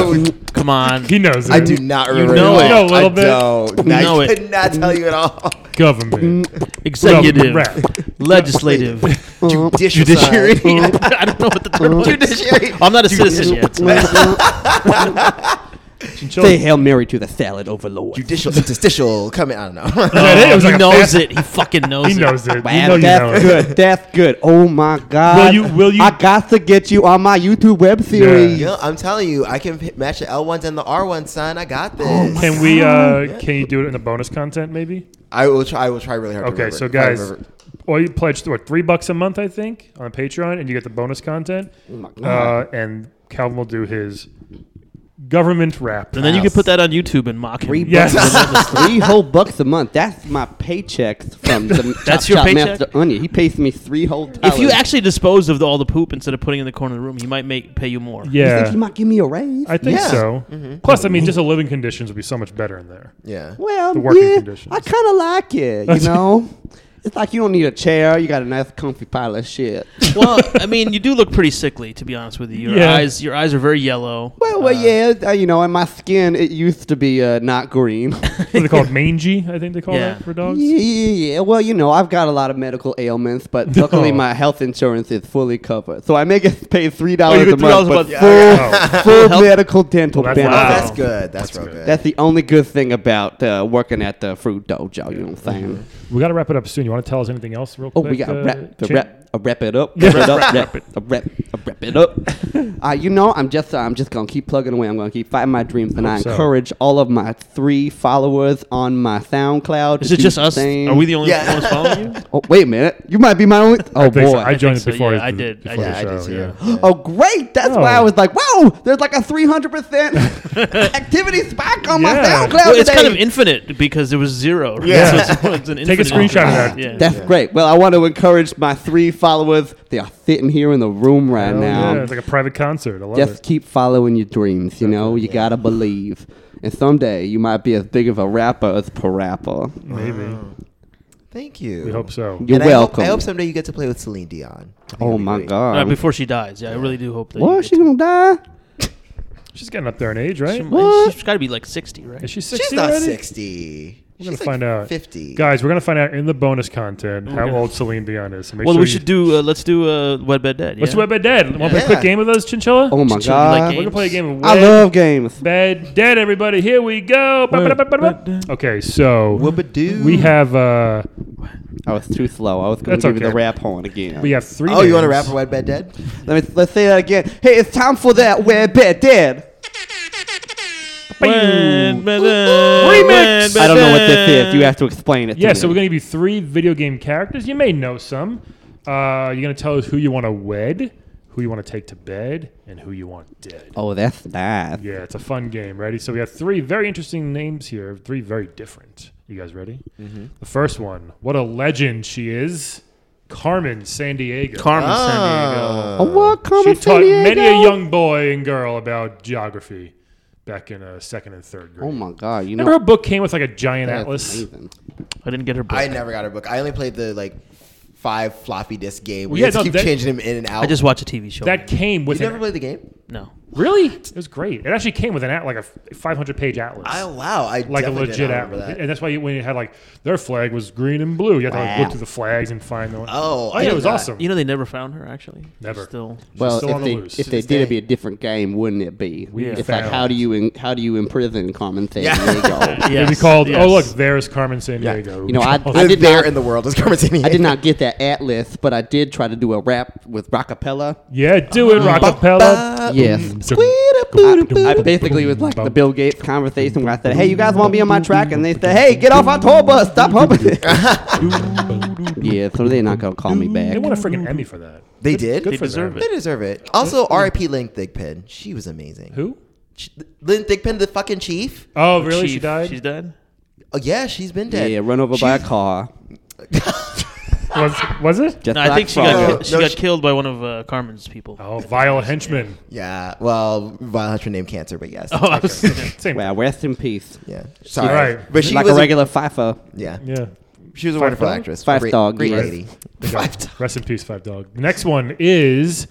Speaker 5: Come on.
Speaker 4: He knows it.
Speaker 3: I do not remember.
Speaker 5: know
Speaker 3: at
Speaker 5: it.
Speaker 3: all.
Speaker 4: You know a little bit.
Speaker 3: I don't. I
Speaker 5: know it.
Speaker 3: could not tell you at all.
Speaker 4: Government.
Speaker 5: Executive.
Speaker 4: Rap.
Speaker 5: Legislative.
Speaker 3: Judicial
Speaker 5: Judiciary.
Speaker 3: side.
Speaker 5: I don't know what the term was.
Speaker 3: Judiciary.
Speaker 5: I'm not a citizen yet.
Speaker 7: Say Hail Mary to the salad overlord.
Speaker 3: Judicial, interstitial, coming. I don't
Speaker 4: Is
Speaker 3: know.
Speaker 4: that it? It was
Speaker 5: he
Speaker 4: like a
Speaker 5: knows
Speaker 4: fast-
Speaker 5: it. He fucking knows
Speaker 4: He
Speaker 5: it.
Speaker 4: knows it.
Speaker 7: Wow,
Speaker 4: you know you
Speaker 7: that's
Speaker 4: know it.
Speaker 7: good. That's good. Oh my
Speaker 4: Will
Speaker 7: God!
Speaker 4: you- will you-
Speaker 7: I got to get you on my YouTube web series.
Speaker 3: You know, I'm telling you, I can hit- match the L1s and the R1s, son. I got this.
Speaker 4: Can Oh, we? Uh, can you do it in the bonus content, maybe?
Speaker 3: I will try. I will try really hard. to
Speaker 4: Okay,
Speaker 3: remember
Speaker 4: so
Speaker 3: it, if I
Speaker 4: guys,
Speaker 3: remember.
Speaker 4: or you pledge what three bucks a month, I think, on Patreon, and you get the bonus content.
Speaker 3: Oh
Speaker 4: Uh, and Calvin will do his government rap.
Speaker 5: And then you can put that on YouTube and mock him.
Speaker 7: Three
Speaker 4: Yes.
Speaker 7: bucks a month. Three whole bucks a month. That's my paycheck from the
Speaker 5: That's
Speaker 7: Chop
Speaker 5: your
Speaker 7: Chop
Speaker 5: paycheck?
Speaker 7: Master Onion. He pays me three whole.
Speaker 5: If you
Speaker 7: dollars.
Speaker 5: actually dispose of the, all the poop instead of putting it in the corner of the room, he might make pay you more.
Speaker 7: you think
Speaker 4: yeah,
Speaker 7: he might give me a raise?
Speaker 4: I think
Speaker 3: Yeah. Mm-hmm.
Speaker 4: so. Plus, I mean, just the living conditions would be so much better in there.
Speaker 3: Yeah.
Speaker 7: Well,
Speaker 4: the working
Speaker 7: yeah,
Speaker 4: conditions.
Speaker 7: I kind of like it. You know, it's like you don't need a chair. You got a nice, comfy pile of shit.
Speaker 5: well, I mean, you do look pretty sickly, to be honest with you. Your
Speaker 4: Yeah.
Speaker 5: eyes, your eyes are very yellow.
Speaker 7: uh, Well, well, yeah, uh, you know, and my skin it used to be uh, not green.
Speaker 4: What are they called? Mangy, I think they call
Speaker 5: Yeah.
Speaker 4: that for dogs.
Speaker 7: Yeah, yeah, yeah. Well, you know, I've got a lot of medical ailments, but luckily
Speaker 4: No.
Speaker 7: my health insurance is fully covered. So I may get paid $3
Speaker 5: Oh, you
Speaker 7: a
Speaker 5: get $3
Speaker 7: month,
Speaker 5: a
Speaker 7: but
Speaker 5: month.
Speaker 4: Oh.
Speaker 7: full, full
Speaker 5: Health-
Speaker 7: medical dental
Speaker 4: Well, that's
Speaker 7: benefits.
Speaker 4: wow.
Speaker 3: Oh, That's good. That's, real good.
Speaker 7: That's the only good thing about uh, working at the fruit dojo, you know what I'm
Speaker 5: Mm-hmm.
Speaker 7: saying?
Speaker 4: We got to wrap it up soon. You want to tell us anything else, real
Speaker 7: Oh,
Speaker 4: quick?
Speaker 7: we got
Speaker 4: uh,
Speaker 7: to wrap, to
Speaker 4: Chan-
Speaker 7: wrap, uh, wrap it up, wrap it up, wrap, uh, wrap, uh, wrap it up. uh, you know, I'm just, uh, I'm just gonna keep plugging away. I'm gonna keep fighting my dreams, and I
Speaker 4: so.
Speaker 7: encourage all of my three followers on my SoundCloud.
Speaker 5: Is
Speaker 7: to
Speaker 5: it
Speaker 7: do
Speaker 5: just
Speaker 7: the
Speaker 5: us?
Speaker 7: same.
Speaker 5: Are we the only
Speaker 3: Yeah.
Speaker 5: ones following you?
Speaker 7: Oh, wait a minute. You might be my only. Oh
Speaker 4: I think so.
Speaker 7: boy.
Speaker 4: I joined
Speaker 5: think so,
Speaker 4: it before.
Speaker 5: yeah, I
Speaker 4: the-
Speaker 5: did.
Speaker 4: before
Speaker 5: I did.
Speaker 4: the
Speaker 3: yeah, I did
Speaker 4: show,
Speaker 3: too.
Speaker 4: yeah.
Speaker 3: Yeah.
Speaker 7: Oh great! That's why I
Speaker 4: Oh.
Speaker 7: was like, "Wow, there's like a 300 percent activity spike on my
Speaker 4: Yeah.
Speaker 7: SoundCloud
Speaker 5: Well, it's
Speaker 7: today."
Speaker 5: kind of infinite because there was zero. right?
Speaker 3: Yeah.
Speaker 5: So it's- it's an
Speaker 4: Take a
Speaker 5: infinite
Speaker 4: screenshot of
Speaker 5: number.
Speaker 4: that.
Speaker 5: Yeah.
Speaker 7: That's great. Well, I want to encourage my three followers. They are sitting here in the room right
Speaker 4: Hell
Speaker 7: now.
Speaker 4: yeah, it's like a private concert. I love
Speaker 7: Just
Speaker 4: it.
Speaker 7: keep following your dreams. You know, you gotta believe. And someday you might be as big of a rapper as Parappa.
Speaker 4: Maybe
Speaker 3: Thank you.
Speaker 4: we hope so.
Speaker 7: You're
Speaker 3: And I hope-
Speaker 7: welcome.
Speaker 3: I hope, someday you get to play with Celine Dion. I think
Speaker 7: oh
Speaker 3: that'd be
Speaker 7: my
Speaker 3: great.
Speaker 5: All
Speaker 7: god.
Speaker 5: right, before she dies, yeah, I really do hope that. you
Speaker 7: what?
Speaker 5: get
Speaker 7: She gonna die?
Speaker 4: She's getting up there in age, right?
Speaker 5: to-
Speaker 7: What?
Speaker 5: She's got to be like sixty, right?
Speaker 4: Is she sixty
Speaker 3: She's not
Speaker 4: already?
Speaker 3: 60.
Speaker 4: We're gonna
Speaker 3: She's like
Speaker 4: find out.
Speaker 3: 50.
Speaker 4: Guys, we're gonna find out in the bonus content how
Speaker 5: gonna-
Speaker 4: old Celine Dion is. So make
Speaker 5: well,
Speaker 4: sure
Speaker 5: we
Speaker 4: you-
Speaker 5: should do. Uh, let's do uh, Wed Bed Dead.
Speaker 4: Let's
Speaker 5: yeah?
Speaker 4: wet bed dead. Want to play a
Speaker 3: Yeah.
Speaker 4: quick game with us, Chinchilla?
Speaker 7: Oh my
Speaker 5: Should we, like,
Speaker 7: god.
Speaker 5: games?
Speaker 4: We're gonna play a game of
Speaker 7: I
Speaker 4: wet
Speaker 7: love games.
Speaker 4: bed dead. Everybody, here we go. Ba- ba- ba- ba- ba- ba. Okay, so
Speaker 3: Whoop-a-doo.
Speaker 4: we have uh,
Speaker 7: I was too slow. I was going
Speaker 4: That's
Speaker 7: to give you the
Speaker 4: okay.
Speaker 7: rap horn again.
Speaker 4: we have three.
Speaker 3: Oh, you want to rap
Speaker 4: names.
Speaker 3: a Wed Bed Dead?
Speaker 7: Let me let's say that again. Hey, it's time for that wet bed dead.
Speaker 5: Wed Bed Dead.
Speaker 4: Remix.
Speaker 5: Wed
Speaker 7: I don't know what
Speaker 5: Bed
Speaker 7: this is. You
Speaker 5: Dead.
Speaker 7: have to explain it. To
Speaker 4: Yeah,
Speaker 7: me.
Speaker 4: so we're gonna give you three video game characters. You may know some. Uh, you're gonna tell us who you want to wed, who you want to take to bed, and who you want dead.
Speaker 7: Oh, that's nice.
Speaker 4: Yeah, it's a fun game. Ready? So we have three very interesting names here. Three very different. You guys ready? Mm-hmm. The first one. What a legend she is, Carmen San Diego.
Speaker 5: Carmen
Speaker 3: Ah.
Speaker 7: Oh, what? Come
Speaker 4: she
Speaker 7: on, San
Speaker 4: taught many a
Speaker 7: Diego.
Speaker 4: young boy and girl about geography back in uh, second and third grade.
Speaker 7: Oh my God! You know.
Speaker 4: Remember her book came with like a giant
Speaker 7: that's
Speaker 4: atlas.
Speaker 7: amazing.
Speaker 5: I didn't get her. Book.
Speaker 3: Oh. I never got her book. I only played the like five floppy disc game. We
Speaker 4: Yeah,
Speaker 3: just
Speaker 4: no,
Speaker 3: keep
Speaker 4: that-
Speaker 3: changing them in and out.
Speaker 5: I just watch a TV show.
Speaker 4: That came
Speaker 3: you
Speaker 4: with
Speaker 3: never
Speaker 4: an,
Speaker 3: played the game?
Speaker 5: no.
Speaker 4: really. It was great. It actually came with an at like a 500 page atlas.
Speaker 3: I wow. I
Speaker 4: like a
Speaker 3: definitely did
Speaker 4: legit
Speaker 3: not remember
Speaker 4: atlas,
Speaker 3: that.
Speaker 4: and that's why you, when you had like their flag was green and blue, you had to like,
Speaker 7: Wow.
Speaker 4: look through the flags and find the one.
Speaker 3: Oh,
Speaker 4: yeah,
Speaker 3: I
Speaker 4: it
Speaker 3: did
Speaker 4: was
Speaker 3: not.
Speaker 4: awesome.
Speaker 5: You know they never found her actually.
Speaker 4: Never.
Speaker 5: Still.
Speaker 7: Well,
Speaker 4: still
Speaker 7: if
Speaker 4: on the
Speaker 7: they
Speaker 4: loose.
Speaker 7: if
Speaker 4: To
Speaker 7: they
Speaker 3: this
Speaker 7: did, it'd
Speaker 3: day.
Speaker 7: be a different game, wouldn't it be?
Speaker 4: We
Speaker 7: it's
Speaker 4: found-
Speaker 7: like how do you in, how do you imprison Carmen San
Speaker 3: Yeah.
Speaker 7: Diego?
Speaker 5: Yes,
Speaker 4: It'd be called.
Speaker 5: yes.
Speaker 4: Oh look, there's Carmen San Diego.
Speaker 7: You know, I-
Speaker 4: Oh,
Speaker 7: I did
Speaker 3: there
Speaker 7: not-
Speaker 3: in the world is Carmen
Speaker 7: I did
Speaker 3: Sandiego.
Speaker 7: not get that atlas, but I did try to do a rap with rockapella.
Speaker 4: yeah, do it,
Speaker 3: Uh,
Speaker 4: Rockapella.
Speaker 3: mm,
Speaker 7: Yes. I, I
Speaker 4: I
Speaker 7: basically was like the Bill Gates conversation where I said, "Hey, you guys want to be on my track?" And they said, "Hey, get off our tour bus! Stop humping it." yeah, so they're not gonna call me back.
Speaker 4: They won a freaking Emmy for that.
Speaker 3: They did.
Speaker 4: Good
Speaker 5: They
Speaker 4: for
Speaker 5: deserve
Speaker 4: them.
Speaker 5: it.
Speaker 3: They deserve it. Also, R.I.P. Lynn Thigpen. She was amazing.
Speaker 4: Who?
Speaker 3: She, Lynn Thigpen, the fucking chief.
Speaker 4: Oh, really? She
Speaker 5: Chief,
Speaker 4: died.
Speaker 5: She's dead.
Speaker 3: Oh yeah, she's been
Speaker 7: Yeah,
Speaker 3: dead.
Speaker 7: run over by a car.
Speaker 4: was was it?
Speaker 7: Just
Speaker 5: No, I
Speaker 7: like
Speaker 5: think she
Speaker 7: Frogger.
Speaker 5: got
Speaker 3: No,
Speaker 5: she
Speaker 3: no,
Speaker 5: got
Speaker 3: she-
Speaker 5: killed by one of uh, Carmen's people.
Speaker 4: Oh, vile henchman.
Speaker 3: Yeah. Well, Violet her name cancer, but yes.
Speaker 5: Oh, I was,
Speaker 4: Same.
Speaker 7: Well, rest in peace.
Speaker 3: Yeah. Sorry.
Speaker 4: Right.
Speaker 3: But she
Speaker 7: like
Speaker 3: was
Speaker 7: a regular FIFA.
Speaker 3: Yeah.
Speaker 4: Yeah.
Speaker 3: She was a
Speaker 4: Five
Speaker 3: wonderful
Speaker 4: dog?
Speaker 3: actress.
Speaker 7: Five
Speaker 3: great,
Speaker 7: dog,
Speaker 3: Great
Speaker 7: yes.
Speaker 3: lady.
Speaker 4: Five dog. Rest in peace, five dog. The next one is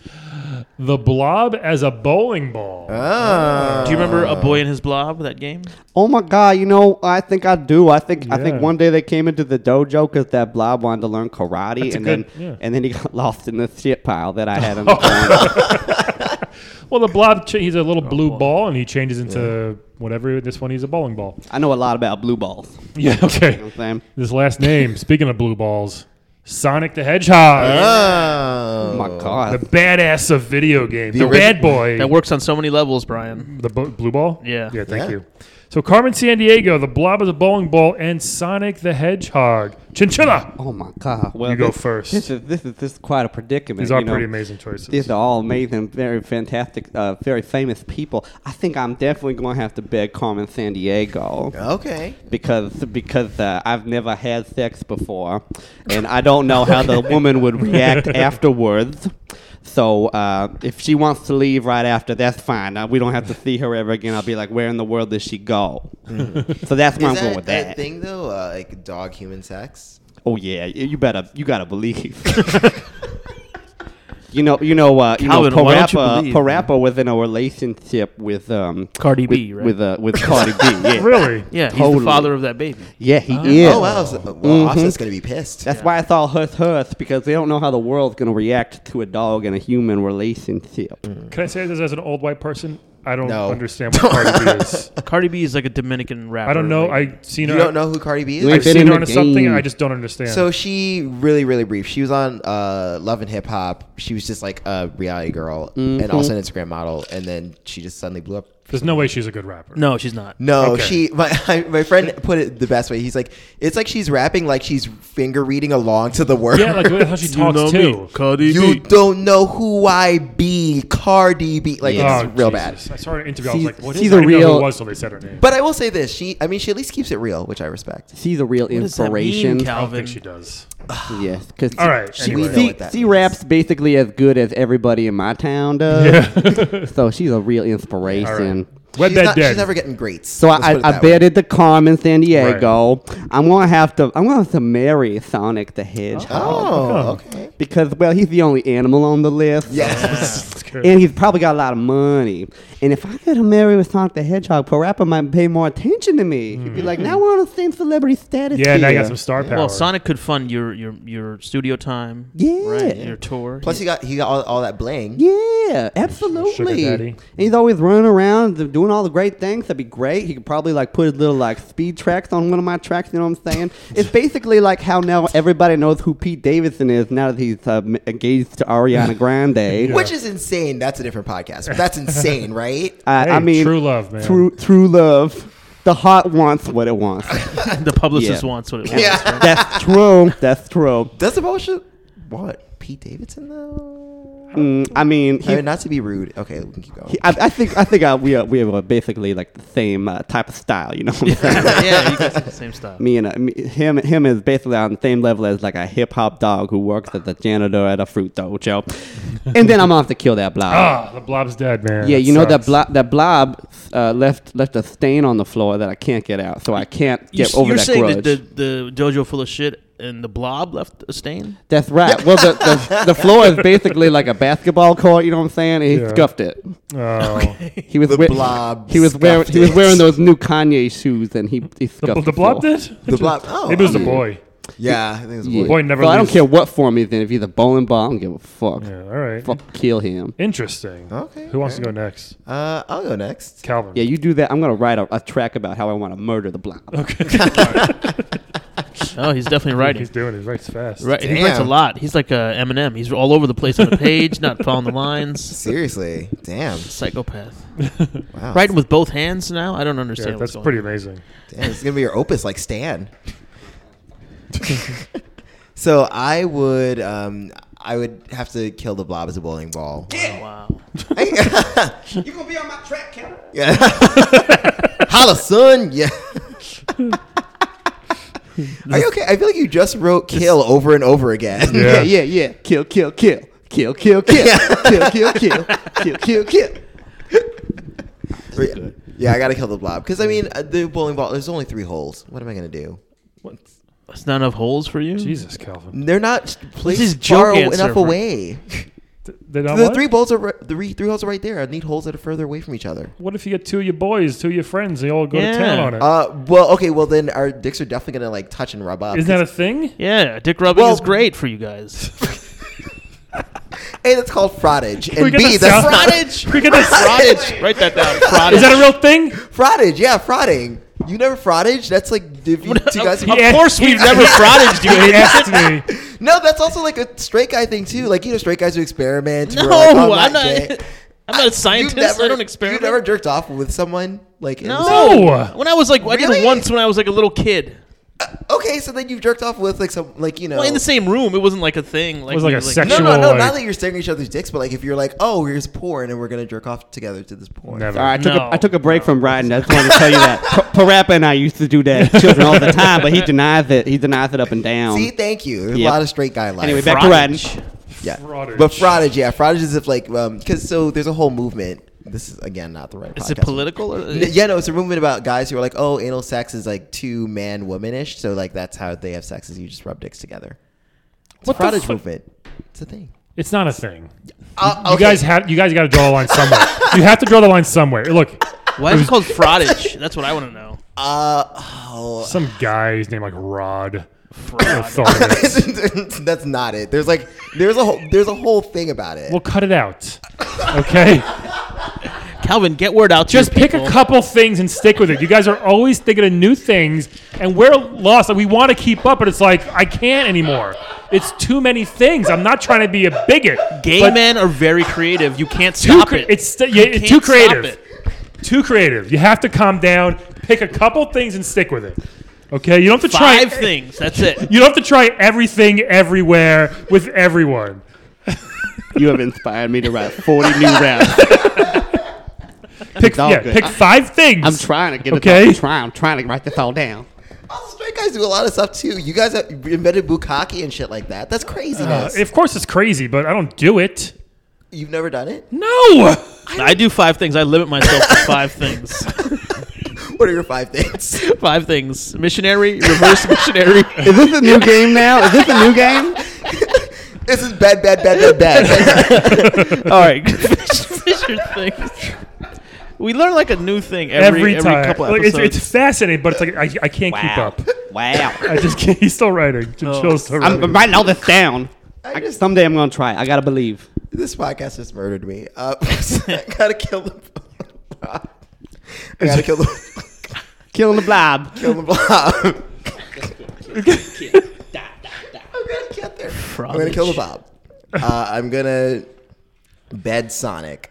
Speaker 4: the blob as a bowling ball.
Speaker 3: Ah.
Speaker 5: do you remember a boy and his blob? That game.
Speaker 7: Oh my god! You know, I think I do. I think I
Speaker 4: Yeah.
Speaker 7: think one day they came into the dojo because that blob wanted to learn karate,
Speaker 4: That's a
Speaker 7: and
Speaker 4: good-
Speaker 7: then
Speaker 4: yeah.
Speaker 7: and then he got lost in the shit pile that I had on the corner.
Speaker 4: Well, the blob, cha- he's a little blue ball, and he changes into whatever. This one, he's a bowling ball.
Speaker 7: I know a lot about blue balls.
Speaker 4: Yeah, okay.
Speaker 7: You know what I'm saying?
Speaker 4: This last name, speaking of blue balls, Sonic the Hedgehog.
Speaker 3: Oh.
Speaker 7: Oh my god!
Speaker 4: the badass of video games. The,
Speaker 3: The
Speaker 4: bad
Speaker 3: original-
Speaker 4: boy.
Speaker 5: That works on so many levels, Brian.
Speaker 4: the bo- blue ball?
Speaker 5: Yeah.
Speaker 4: Yeah, thank
Speaker 3: Yeah.
Speaker 4: you. So, Carmen San Diego, the blob of the bowling ball, and Sonic the Hedgehog. Chinchilla!
Speaker 7: Oh my god! Well,
Speaker 4: you go
Speaker 7: this-
Speaker 4: first.
Speaker 7: This is this is this is quite a predicament.
Speaker 4: These are
Speaker 7: you know.
Speaker 4: pretty amazing choices.
Speaker 7: These are all amazing, very fantastic, uh, very famous people. I think I'm definitely going to have to beg Carmen San Diego
Speaker 3: Okay.
Speaker 7: because because uh, I've never had sex before, and I don't know how the woman would react afterwards. So uh, if she wants to leave right after, that's fine. Uh, we don't have to see her ever again. I'll be like, where in the world does she go? so that's
Speaker 3: Mm-hmm.
Speaker 7: where
Speaker 3: Is
Speaker 7: I'm
Speaker 3: that,
Speaker 7: going with
Speaker 3: that
Speaker 7: that.
Speaker 3: thing though? Uh, like dog human sex?
Speaker 7: Oh yeah, y- you better you gotta believe. You know, you know, uh, you
Speaker 5: Calvin,
Speaker 7: know,
Speaker 5: why don't you
Speaker 7: Parappa,
Speaker 5: believe?
Speaker 7: Parappa was in a relationship with um,
Speaker 5: Cardi
Speaker 7: with,
Speaker 5: B, right?
Speaker 7: with uh, with Cardi B. Yeah,
Speaker 4: Really?
Speaker 5: Yeah, he's
Speaker 7: Totally.
Speaker 5: the father of that baby.
Speaker 7: yeah, he is.
Speaker 3: Oh wow! So, well, Offset's gonna be pissed.
Speaker 7: That's why I thought huth huth because they don't know how the world's going to react to a dog and a human relationship.
Speaker 3: Mm.
Speaker 4: Can I say this as an old white person? I don't
Speaker 3: No.
Speaker 4: understand what Cardi B is.
Speaker 5: Cardi B is like a Dominican rapper.
Speaker 4: I don't know.
Speaker 5: like-
Speaker 4: I seen
Speaker 3: you
Speaker 4: her.
Speaker 3: don't know who Cardi B is.
Speaker 7: You
Speaker 4: I've
Speaker 7: ain't been
Speaker 4: seen
Speaker 7: in
Speaker 4: her
Speaker 7: the
Speaker 4: on something.
Speaker 7: game.
Speaker 4: I just don't understand.
Speaker 3: So she really, really brief. She was on uh, Love and Hip Hop. She was just like a reality girl and also
Speaker 7: Mm-hmm.
Speaker 3: an Instagram model. And then she just suddenly blew up.
Speaker 4: there's no way she's a good rapper.
Speaker 5: no, she's not.
Speaker 3: No,
Speaker 4: Okay.
Speaker 3: she. My I, my friend put it the best way. He's like, it's like she's rapping like she's finger reading along to the word.
Speaker 4: Yeah, like that's how she talks too.
Speaker 6: Cardi
Speaker 3: you don't know who I be, Cardi B. Like
Speaker 4: Oh,
Speaker 3: it's real
Speaker 4: Jesus.
Speaker 3: bad.
Speaker 4: I saw her interview. I was
Speaker 7: She's-
Speaker 4: like, what is?
Speaker 7: she's
Speaker 4: I
Speaker 7: a
Speaker 4: didn't know who
Speaker 7: real-
Speaker 4: it was till they said her name.
Speaker 3: But I will say this: she, I mean, she at least keeps it real, which I respect.
Speaker 7: She's a real
Speaker 5: What does that mean,
Speaker 7: inspiration.
Speaker 4: I don't
Speaker 5: Calvin?
Speaker 4: think she does.
Speaker 7: yes, because
Speaker 4: All right.
Speaker 3: She-
Speaker 4: anyway.
Speaker 3: we know what that
Speaker 7: she
Speaker 3: means.
Speaker 7: raps basically as good as everybody in my town does. so she's a real inspiration.
Speaker 4: Web
Speaker 3: she's,
Speaker 4: that
Speaker 3: not-
Speaker 4: dead.
Speaker 3: she's never getting greats.
Speaker 7: So
Speaker 3: Let's
Speaker 7: I,
Speaker 3: put it
Speaker 7: I
Speaker 3: that way.
Speaker 7: betted the Carmen San Diego. I'm gonna have to. I'm gonna have to marry Sonic the Hedgehog
Speaker 3: Oh, okay.
Speaker 7: because well, he's the only animal on the list.
Speaker 3: Yes.
Speaker 7: And he's probably got a lot of money. And if I could marry with Sonic the Hedgehog, Parappa might pay more attention to me. He'd be like, now we're on the same celebrity status.
Speaker 4: Mm-hmm. yeah, now you got
Speaker 7: here."
Speaker 4: some star power.
Speaker 5: Well, Sonic could fund your your your studio time.
Speaker 7: Yeah.
Speaker 5: right. Your tour.
Speaker 3: Plus, he got he got all, all that bling.
Speaker 7: Yeah, absolutely.
Speaker 4: daddy.
Speaker 7: And he's always running around th- doing all the great things. That'd be great. He could probably like put his little like speed tracks on one of my tracks. You know what I'm saying? it's basically like how now everybody knows who Pete Davidson is now that he's uh, m- engaged to Ariana Grande.
Speaker 3: Which is insane. That's a different podcast. But that's insane, right?
Speaker 7: I, I
Speaker 4: Hey,
Speaker 7: mean,
Speaker 4: true love, man.
Speaker 7: True, true love. The heart wants what it wants.
Speaker 5: the publicist
Speaker 7: Yeah.
Speaker 5: wants what it wants.
Speaker 3: yeah.
Speaker 7: That's true. That's true.
Speaker 3: Does the bullshit? What? Pete Davidson though?
Speaker 7: Mm, I mean, he,
Speaker 3: I
Speaker 7: I,
Speaker 3: mean, not to be rude. Okay, we can keep going.
Speaker 7: I, think I think uh we are, we have uh, basically like the same uh, type of style. You know what I'm saying?
Speaker 5: yeah, you guys have the same style.
Speaker 7: me and uh, me, him him is basically on the same level as like a hip hop dog who works as a janitor at a fruit dojo, and then I'm off to kill that blob.
Speaker 4: ah, the Blob's dead, man.
Speaker 7: yeah,
Speaker 4: That
Speaker 7: you know
Speaker 4: sucks.
Speaker 7: that blob that blob uh, left left a stain on the floor that I can't get out, so I can't
Speaker 5: You,
Speaker 7: get over
Speaker 5: are
Speaker 7: that
Speaker 5: saying
Speaker 7: grudge.
Speaker 5: that the, the dojo full of shit and the blob left a stain.
Speaker 7: That's right. Well, the, the the floor is basically like a basketball court. You know what I'm saying? And he
Speaker 4: Yeah.
Speaker 7: scuffed it.
Speaker 4: Oh.
Speaker 7: He was
Speaker 3: The
Speaker 7: wea-
Speaker 3: blob
Speaker 7: He was wearing
Speaker 3: scuffed
Speaker 7: he was
Speaker 3: it.
Speaker 7: wearing those new Kanye shoes, and he
Speaker 4: The,
Speaker 7: he scuffed
Speaker 4: the,
Speaker 7: the
Speaker 4: Blob
Speaker 7: floor.
Speaker 4: did?
Speaker 3: The blob. Oh,
Speaker 4: Maybe it was
Speaker 3: I
Speaker 4: the
Speaker 3: mean,
Speaker 4: boy.
Speaker 3: Yeah, I think it was the
Speaker 7: Yeah.
Speaker 3: boy.
Speaker 4: Boy never
Speaker 7: so I don't
Speaker 4: leaves.
Speaker 7: care what form he's in. If he's a bowling ball, I don't give a fuck.
Speaker 4: Yeah, all right.
Speaker 7: Fuck, kill him.
Speaker 4: Interesting.
Speaker 3: Okay,
Speaker 4: Who wants to
Speaker 3: okay.
Speaker 4: go next?
Speaker 3: Uh, I'll go next.
Speaker 4: Calvin.
Speaker 7: Yeah, you do that. I'm gonna write a, a track about how I want to murder the blob.
Speaker 5: Oh, he's definitely writing.
Speaker 4: He's doing it. He writes fast.
Speaker 5: Right, he writes a
Speaker 3: Damn.
Speaker 5: lot. He's like uh, Eminem. He's all over the place on the page, not following the lines.
Speaker 3: Seriously, damn.
Speaker 5: Psychopath.
Speaker 3: Wow.
Speaker 5: Writing with both hands now. I don't
Speaker 4: Yeah,
Speaker 5: understand.
Speaker 4: that's
Speaker 5: what's going
Speaker 4: pretty
Speaker 5: on.
Speaker 4: amazing.
Speaker 3: Damn, it's gonna be your opus, like Stan. so I would, um, I would have to kill the blob as a bowling ball.
Speaker 5: Wow.
Speaker 7: You gonna be on my track, Kevin?
Speaker 3: Yeah. Holla, son. Yeah. Are you okay? I feel like you just wrote kill over and over again.
Speaker 4: Yeah.
Speaker 7: Yeah, yeah, yeah. Kill, kill, kill, kill, kill, kill, kill, kill, kill, kill, kill, kill.
Speaker 3: Yeah, I gotta kill the blob because I mean uh, the bowling ball. There's only three holes. What am I gonna do?
Speaker 5: That's not enough holes for you.
Speaker 4: Jesus, Calvin.
Speaker 3: They're not placed
Speaker 5: is
Speaker 3: far
Speaker 5: joke
Speaker 3: aw-
Speaker 5: answer
Speaker 3: enough
Speaker 5: for-
Speaker 3: away.
Speaker 4: Th- they're
Speaker 5: Uh,
Speaker 4: not
Speaker 3: the
Speaker 4: what?
Speaker 3: three balls are ri- the re- three holes are right there. I need holes that are further away from each other.
Speaker 4: What if you get two of your boys, two of your friends, they all go
Speaker 5: Yeah.
Speaker 4: to town on it?
Speaker 3: Uh, well, okay, well then our dicks are definitely gonna like touch and rub up.
Speaker 4: Isn't that a thing?
Speaker 5: Yeah, dick rubbing
Speaker 3: Well-
Speaker 5: is great for you guys.
Speaker 3: a? That's called frottage.
Speaker 4: we
Speaker 3: And
Speaker 4: get
Speaker 3: B,
Speaker 4: the
Speaker 3: that's
Speaker 4: sound-
Speaker 3: not
Speaker 5: Frottage.
Speaker 4: Can we get this-
Speaker 3: frottage.
Speaker 5: Write that down. Frottage.
Speaker 4: Is that a real thing?
Speaker 3: Frottage, yeah, frotting. You never frottage? That's like if you, two guys.
Speaker 5: Of course, we've never frottage you.
Speaker 4: He
Speaker 5: idiot.
Speaker 4: asked me.
Speaker 3: No, that's also like a straight guy thing too. Like you know, straight guys who experiment. who are
Speaker 5: No,
Speaker 3: like, oh,
Speaker 5: I'm
Speaker 3: gay.
Speaker 5: not. I'm not a scientist. I don't experiment.
Speaker 3: You never jerked off with someone like in-
Speaker 5: no. When I was like, I did
Speaker 3: Really?
Speaker 5: it once when I was like a little kid.
Speaker 3: Okay, so then you jerked off with like some like you know.
Speaker 5: Well, in the same room, it wasn't like a thing. Like
Speaker 4: It was
Speaker 5: we
Speaker 4: like a
Speaker 5: were,
Speaker 4: section.
Speaker 3: no, no, no.
Speaker 4: Like-
Speaker 3: Not that you're staring at each other's dicks, but like if you're like, oh, here's porn, and we're gonna jerk off together to this porn.
Speaker 4: Never.
Speaker 7: All right, I took,
Speaker 5: No.
Speaker 7: a, I took a break from writing. I just wanted to tell you that Pa- Parappa and I used to do that as children all the time, but he denies it. He denies it up and down.
Speaker 3: See, thank you. There's
Speaker 7: Yep.
Speaker 3: a lot of straight guy life.
Speaker 7: anyway, back to writing.
Speaker 3: yeah.
Speaker 4: Frottage.
Speaker 3: But frottage, yeah, frottage is if like um because so there's a whole movement. This is again not the right.
Speaker 5: Is it
Speaker 3: podcast.
Speaker 5: political? Or, uh,
Speaker 3: N- Yeah, no, it's a movement about guys who are like, oh, anal sex is like too man womanish, so like that's how they have sex is you just rub dicks together. It's a
Speaker 5: What the
Speaker 3: frottage
Speaker 5: fu-
Speaker 3: movement. It's a thing.
Speaker 4: It's not a thing.
Speaker 3: Uh,
Speaker 4: You
Speaker 3: okay.
Speaker 4: guys have you guys got to draw the line somewhere. you have to draw the line somewhere. Look,
Speaker 5: Why is it called fraudage? That's what I want to know.
Speaker 3: Uh, oh.
Speaker 4: some guy's name like Rod.
Speaker 5: Fraud.
Speaker 4: Thought of it.
Speaker 3: That's not it. There's like there's a whole there's a whole thing about it.
Speaker 4: We'll cut it out. Okay,
Speaker 5: Calvin, get word out. To
Speaker 4: just
Speaker 5: your
Speaker 4: pick a
Speaker 5: people.
Speaker 4: couple things and stick with it. You guys are always thinking of new things, and we're lost. Like, we want to keep up, but it's like I can't anymore. It's too many things. I'm not trying to be a bigot.
Speaker 5: Gay
Speaker 4: but
Speaker 5: men are very creative. You can't
Speaker 4: Too
Speaker 5: stop
Speaker 4: cre-
Speaker 5: it.
Speaker 4: it's st- yeah,
Speaker 5: You
Speaker 4: it's
Speaker 5: can't
Speaker 4: too
Speaker 5: stop
Speaker 4: creative.
Speaker 5: it.
Speaker 4: Too creative. You have to calm down. Pick a couple things and stick with it. Okay, you don't have to try
Speaker 5: Five things. That's it.
Speaker 4: You don't have to try everything everywhere with everyone.
Speaker 7: You have inspired me to write 40 new raps.
Speaker 4: Pick
Speaker 7: all
Speaker 4: yeah,
Speaker 7: good.
Speaker 4: pick
Speaker 7: I-
Speaker 4: five things.
Speaker 7: I'm trying to get
Speaker 4: Okay.
Speaker 7: it. I'm trying. I'm trying to write this all down.
Speaker 3: Oh, straight guys do a lot of stuff too. You guys have invented bukkake and shit like that. That's
Speaker 4: Uh,
Speaker 3: craziness.
Speaker 4: of course, it's crazy, but I don't do it.
Speaker 3: You've never done it.
Speaker 4: No,
Speaker 5: I do five things. I limit myself to five things.
Speaker 3: What are your five things?
Speaker 5: Five things. Missionary, reverse missionary.
Speaker 7: Is this a new game now? Is this a new game?
Speaker 3: this is bad, bad, bad, bad, bad.
Speaker 5: All right. Fisher things. We learn like a new thing every,
Speaker 4: every,
Speaker 5: every
Speaker 4: time.
Speaker 5: couple
Speaker 4: Like,
Speaker 5: episodes.
Speaker 4: it's, it's fascinating, but it's like I, I can't keep
Speaker 7: Wow.
Speaker 4: up.
Speaker 7: Wow.
Speaker 4: I just can't. He's still writing.
Speaker 5: Oh.
Speaker 4: Chill's still
Speaker 7: I'm,
Speaker 4: writing.
Speaker 7: I'm writing all this down.
Speaker 3: I
Speaker 7: I,
Speaker 3: just-
Speaker 7: someday I'm gonna try. I gotta believe.
Speaker 3: this podcast just murdered me. Uh, I gotta kill the. I gotta kill the.
Speaker 7: Killing the blob.
Speaker 3: kill the blob. I'm gonna get there. I'm gonna kill the blob. Uh, I'm gonna bed Sonic.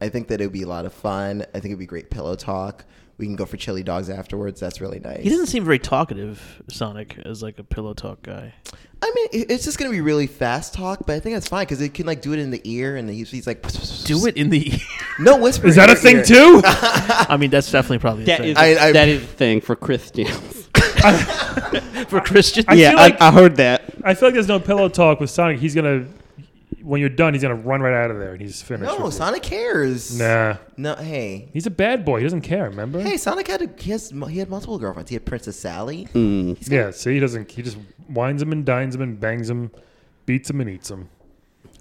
Speaker 3: I think that it would be a lot of fun. I think it'd be great pillow talk. We can go for chili dogs afterwards. That's really nice.
Speaker 5: he doesn't seem very talkative, Sonic, as like a pillow talk guy.
Speaker 3: I mean, it- it's just gonna be really fast talk, but I think that's fine because it can like do it in the ear, and he's, he's like,
Speaker 5: Do it in the.
Speaker 3: No whisper.
Speaker 4: Is that a
Speaker 3: ear,
Speaker 4: thing
Speaker 3: ear.
Speaker 4: too?
Speaker 5: I mean, that's definitely probably the
Speaker 7: That
Speaker 5: thing.
Speaker 7: is
Speaker 3: I- I-
Speaker 7: that is the thing for Christians.
Speaker 5: for Christian.
Speaker 4: I
Speaker 7: yeah,
Speaker 4: feel like-
Speaker 7: I, I heard that.
Speaker 4: I feel like there's no pillow talk with Sonic. He's gonna when you're done, he's gonna run right out of there and he's finished.
Speaker 3: No,
Speaker 4: with you.
Speaker 3: Sonic cares.
Speaker 4: Nah,
Speaker 3: No, hey.
Speaker 4: he's a bad boy. He doesn't care. Remember?
Speaker 3: Hey, Sonic had a, he has he had multiple girlfriends. He had Princess Sally.
Speaker 4: yeah. See, he doesn't. He just winds him and dines him and bangs him, beats him and eats him.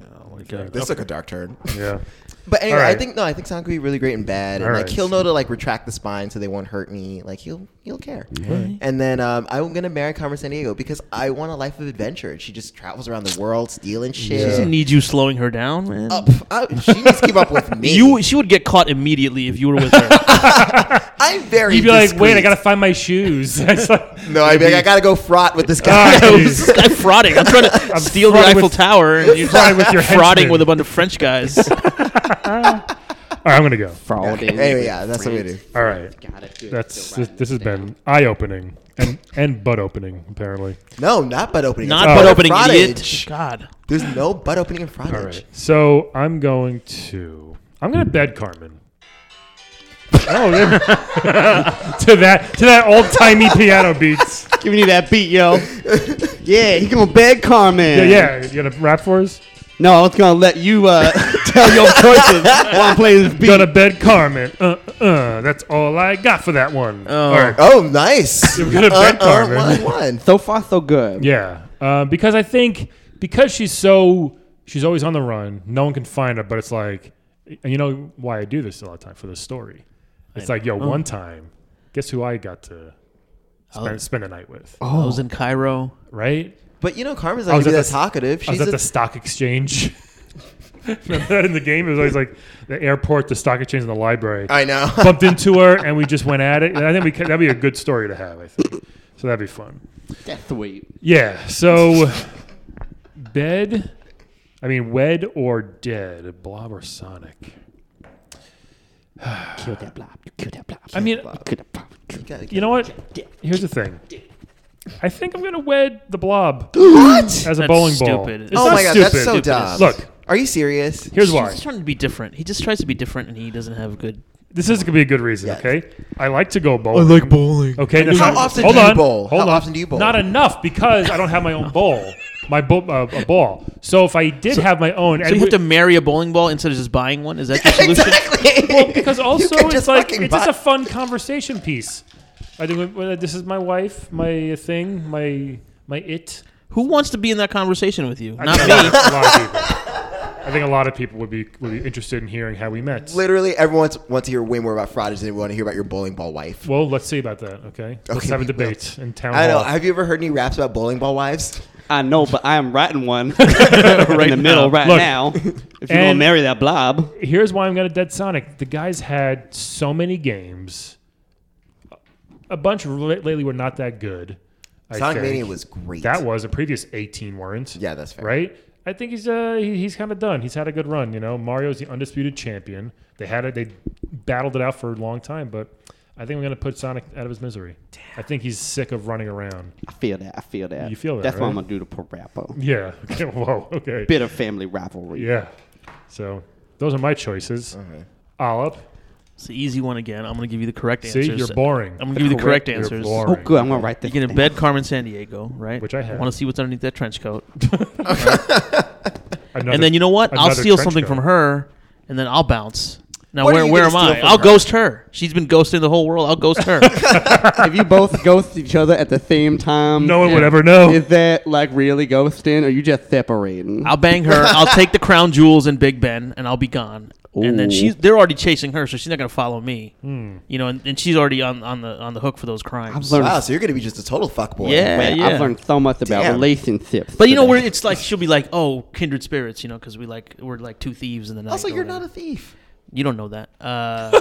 Speaker 5: oh my god.
Speaker 3: This took a dark turn.
Speaker 4: Yeah.
Speaker 3: But anyway, I
Speaker 4: right.
Speaker 3: think no, I think Sonic would be really great in bed, and
Speaker 4: All
Speaker 3: like
Speaker 4: right.
Speaker 3: he'll know to like retract the spine so they won't hurt me. Like he'll he'll care. And then um, I'm gonna marry Carmen San Diego because I want a life of adventure. She just travels around the world stealing
Speaker 5: She
Speaker 3: shit.
Speaker 5: doesn't need you slowing her down, man.
Speaker 3: Up, I- she needs to keep up with me.
Speaker 5: You, she would get caught immediately if you were with her.
Speaker 3: I'm very.
Speaker 4: He'd be like, wait, I
Speaker 3: discreet."
Speaker 4: gotta find my shoes. It's like,
Speaker 3: No, I'd be like, I gotta go frot with this guy.
Speaker 4: ah,
Speaker 5: this guy frauding. I'm trying to steal the
Speaker 4: frauding
Speaker 5: Eiffel
Speaker 4: with-
Speaker 5: Tower, and you're
Speaker 4: frauding with your
Speaker 5: frauding
Speaker 4: henchmen.
Speaker 5: with a bunch of French guys.
Speaker 4: All right, I'm gonna go.
Speaker 7: Fraud. in
Speaker 3: anyway,
Speaker 7: it.
Speaker 3: yeah, that's what we do.
Speaker 4: All right.
Speaker 7: Gotta do it.
Speaker 4: That's
Speaker 7: Still
Speaker 4: this,
Speaker 7: writing
Speaker 4: this has
Speaker 7: down.
Speaker 4: been eye opening and and butt opening apparently.
Speaker 3: No, not butt opening.
Speaker 5: Not
Speaker 4: Oh.
Speaker 3: It's
Speaker 5: butt
Speaker 3: butt
Speaker 5: opening, idiot.
Speaker 3: frottage.
Speaker 5: God.
Speaker 3: There's no butt opening in front.
Speaker 4: All right. So I'm going to I'm gonna bed Carmen. oh, there- to that to that old timey piano beats.
Speaker 7: Giving you that beat, yo. yeah, he gonna beg Carmen.
Speaker 4: Yeah, yeah. You gonna rap for us?
Speaker 7: No, I was gonna let you uh, tell your choices while I'm playing this beat.
Speaker 4: Gonna bed Carmen. Uh, uh. That's all I got for that one. All right.
Speaker 3: Oh, nice. Uh-uh,
Speaker 4: You're gonna bed Carmen.
Speaker 3: one, one.
Speaker 7: so far, so good.
Speaker 4: Yeah, uh, because I think because she's so she's always on the run. No one can find her, but it's like, and you know why I do this a lot of time for the story. It's like, yo, one time, guess who I got to spend, spend a night with,
Speaker 5: I was in Cairo.
Speaker 4: right?
Speaker 3: But you know, Carmen's
Speaker 4: I
Speaker 3: not
Speaker 4: was
Speaker 3: gonna be
Speaker 4: at
Speaker 3: that
Speaker 4: the-
Speaker 3: talkative.
Speaker 4: I was
Speaker 3: She's
Speaker 4: at
Speaker 3: a,
Speaker 4: the stock exchange. Remember that in the game? It was always like the airport, the stock exchange, and the library.
Speaker 3: I know.
Speaker 4: Bumped into her, and we just went at it. And I think we could, that'd be a good story to have. I think so. That'd be fun.
Speaker 7: That's sweet.
Speaker 4: Yeah. So, bed. I mean, wed or dead, blob or Sonic.
Speaker 7: Kill that blob. Kill that blob.
Speaker 4: I mean,
Speaker 7: kill that blob. Kill that.
Speaker 4: you know what? Here's the thing. I think I'm gonna wed the blob
Speaker 3: what?
Speaker 4: as a
Speaker 5: That's
Speaker 4: bowling ball.
Speaker 5: stupid.
Speaker 4: It's
Speaker 5: Oh
Speaker 4: not
Speaker 3: my God,
Speaker 4: stupid.
Speaker 3: that's so dumb.
Speaker 4: Look,
Speaker 3: Are you serious?
Speaker 4: here's
Speaker 5: He's
Speaker 4: why.
Speaker 5: just trying to be different. He just tries to be different, and he doesn't have good.
Speaker 4: This is gonna be a good reason.
Speaker 3: Yeah.
Speaker 4: Okay. I like to go bowling. I like bowling. Okay. now-
Speaker 3: How often
Speaker 4: hold
Speaker 3: do you
Speaker 4: on,
Speaker 3: bowl?
Speaker 4: Hold
Speaker 3: How
Speaker 4: on.
Speaker 3: often do you bowl?
Speaker 4: Not enough because I don't have my own bowl. My bo- uh, a ball. So if I did have my own,
Speaker 5: So you have to marry a bowling ball instead of just buying one. Is that the solution?
Speaker 3: exactly.
Speaker 4: because also
Speaker 3: could
Speaker 4: it's
Speaker 3: just
Speaker 4: like
Speaker 3: fucking
Speaker 4: it's just
Speaker 3: buy-
Speaker 4: a fun conversation piece. I think uh, this is my wife, my thing, my my it.
Speaker 5: Who wants to be in that conversation with you?
Speaker 4: I
Speaker 5: Not
Speaker 4: think
Speaker 5: me.
Speaker 4: A lot of people. I think a lot of people would be would be interested in hearing how we met.
Speaker 3: Literally, everyone wants, wants to hear way more about frauders than they want to hear about your bowling ball wife.
Speaker 4: Well, let's see about that. Okay, let's
Speaker 3: Okay,
Speaker 4: have a
Speaker 3: we will.
Speaker 4: debate in town
Speaker 3: I know.
Speaker 4: hall.
Speaker 3: Have you ever heard any raps about bowling ball wives?
Speaker 7: I know, but I am writing one right in the middle right
Speaker 4: Look.
Speaker 7: now. If you
Speaker 4: And-
Speaker 7: don't marry that blob,
Speaker 4: Here's why I'm gonna dead Sonic. The guys had so many games. A bunch of la- lately were not that good. I
Speaker 3: Sonic
Speaker 4: think.
Speaker 3: Mania was great.
Speaker 4: that was a previous 18 weren't.
Speaker 3: Yeah, that's fair.
Speaker 4: Right. I think he's uh he, he's kind of done. He's had a good run. You know, Mario's the undisputed champion. They had it. They battled it out for a long time, but I think we're gonna put Sonic out of his misery. I think he's sick of running around.
Speaker 7: I feel that. I feel that.
Speaker 4: You feel that,
Speaker 7: That's why
Speaker 4: right?
Speaker 7: I'm gonna do the pro rapper.
Speaker 4: Yeah. Okay, Whoa. Okay.
Speaker 7: Bit of family rivalry.
Speaker 4: Yeah. So those are my choices. Olive.
Speaker 5: It's the easy one again. I'm going to give you the correct
Speaker 4: See,
Speaker 5: answers.
Speaker 4: you're boring.
Speaker 5: I'm going to give you the correct
Speaker 4: You're
Speaker 5: answers.
Speaker 4: boring.
Speaker 7: Oh, good. I'm gonna write that.
Speaker 5: You can
Speaker 7: down.
Speaker 5: embed Carmen San Diego, right?
Speaker 4: Which I have.
Speaker 5: want to see what's underneath that trench coat.
Speaker 4: Another-
Speaker 5: and then you know what? I'll
Speaker 4: another
Speaker 5: steal
Speaker 4: trench
Speaker 5: something
Speaker 4: coat.
Speaker 5: from her, and then I'll bounce. Now
Speaker 3: What are
Speaker 5: where
Speaker 3: you
Speaker 5: where am
Speaker 3: gonna steal
Speaker 5: I?
Speaker 3: from
Speaker 5: I'll
Speaker 3: her?
Speaker 5: ghost her. She's been ghosting the whole world. I'll ghost her.
Speaker 7: if you both ghost each other at the same time,
Speaker 4: No one would ever know.
Speaker 7: is that like really ghosting, or you just separating?
Speaker 5: I'll bang her. I'll take the crown jewels and Big Ben, and I'll be gone. And then
Speaker 7: Ooh.
Speaker 5: she's they're already chasing her, so she's not gonna follow me.
Speaker 4: Hmm.
Speaker 5: You know, and, and she's already on, on the on the hook for those crimes.
Speaker 7: I've learned-
Speaker 3: Wow, so you're going to be just a total fuckboy.
Speaker 5: Yeah,
Speaker 7: Man,
Speaker 5: yeah.
Speaker 7: I've learned so much about
Speaker 3: Damn.
Speaker 7: relationships.
Speaker 5: but you know,
Speaker 7: today.
Speaker 5: where it's like she'll be like, "Oh, kindred spirits," you know, because we like we're like two thieves in the night.
Speaker 3: Also,
Speaker 5: or
Speaker 3: you're
Speaker 5: whatever.
Speaker 3: not a thief.
Speaker 5: You don't know that. Uh,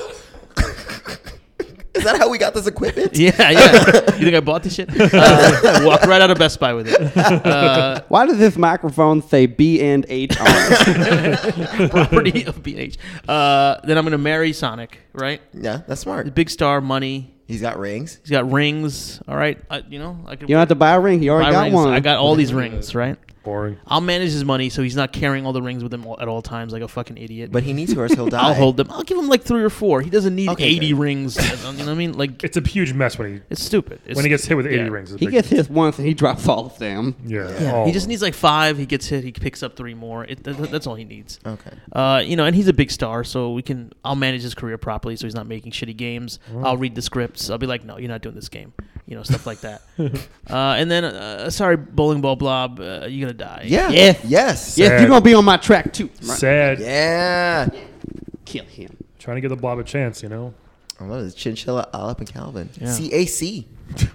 Speaker 3: Is that how we got this equipment?
Speaker 5: yeah, yeah. You think I bought this shit? Uh, walked right out of Best Buy with it. Uh,
Speaker 7: why does this microphone say B and H on it?
Speaker 5: property of BH. Uh, then I'm gonna marry Sonic, right?
Speaker 3: Yeah, that's smart.
Speaker 5: Big star, money.
Speaker 3: He's got rings.
Speaker 5: He's got rings. All right, I, you know, I can.
Speaker 7: You don't have to buy a ring. You already
Speaker 5: buy
Speaker 7: got
Speaker 5: rings.
Speaker 7: one.
Speaker 5: I got all these rings, right?
Speaker 4: boring.
Speaker 5: I'll manage his money so he's not carrying all the rings with him all- at all times like a fucking idiot.
Speaker 3: But he needs hers. He'll die.
Speaker 5: I'll hold them. I'll give him like three or four. He doesn't need
Speaker 3: Okay,
Speaker 5: 80
Speaker 3: good.
Speaker 5: rings. you know what I mean? Like,
Speaker 4: It's a huge mess when he
Speaker 5: it's stupid. It's
Speaker 4: when he gets hit with 80
Speaker 5: yeah.
Speaker 4: rings. it's
Speaker 7: He
Speaker 4: big-
Speaker 7: gets his once and he drops all of them.
Speaker 4: yeah. oh,
Speaker 5: Yeah,
Speaker 4: all
Speaker 5: he
Speaker 4: of
Speaker 5: just
Speaker 4: them.
Speaker 5: needs like five. He gets hit. He picks up three more. It, th- th- that's all he needs.
Speaker 3: Okay.
Speaker 5: Uh, you know, and he's a big star, so we can. I'll manage his career properly, so he's not making shitty games. I'll read the scripts. I'll be like, no, you're not doing this game. You know, stuff like that. uh, and then, uh, sorry, bowling ball blob, uh, you're gonna die.
Speaker 3: Yeah.
Speaker 7: Yes.
Speaker 3: Yes.
Speaker 7: Yes,
Speaker 4: Sad.
Speaker 7: you're gonna be on my track too. Right.
Speaker 4: sad.
Speaker 3: Yeah.
Speaker 7: Kill him.
Speaker 4: Trying to give the blob a chance, you know.
Speaker 3: I love this. Chinchilla, Olip, and Calvin.
Speaker 5: Yeah.
Speaker 3: CAC.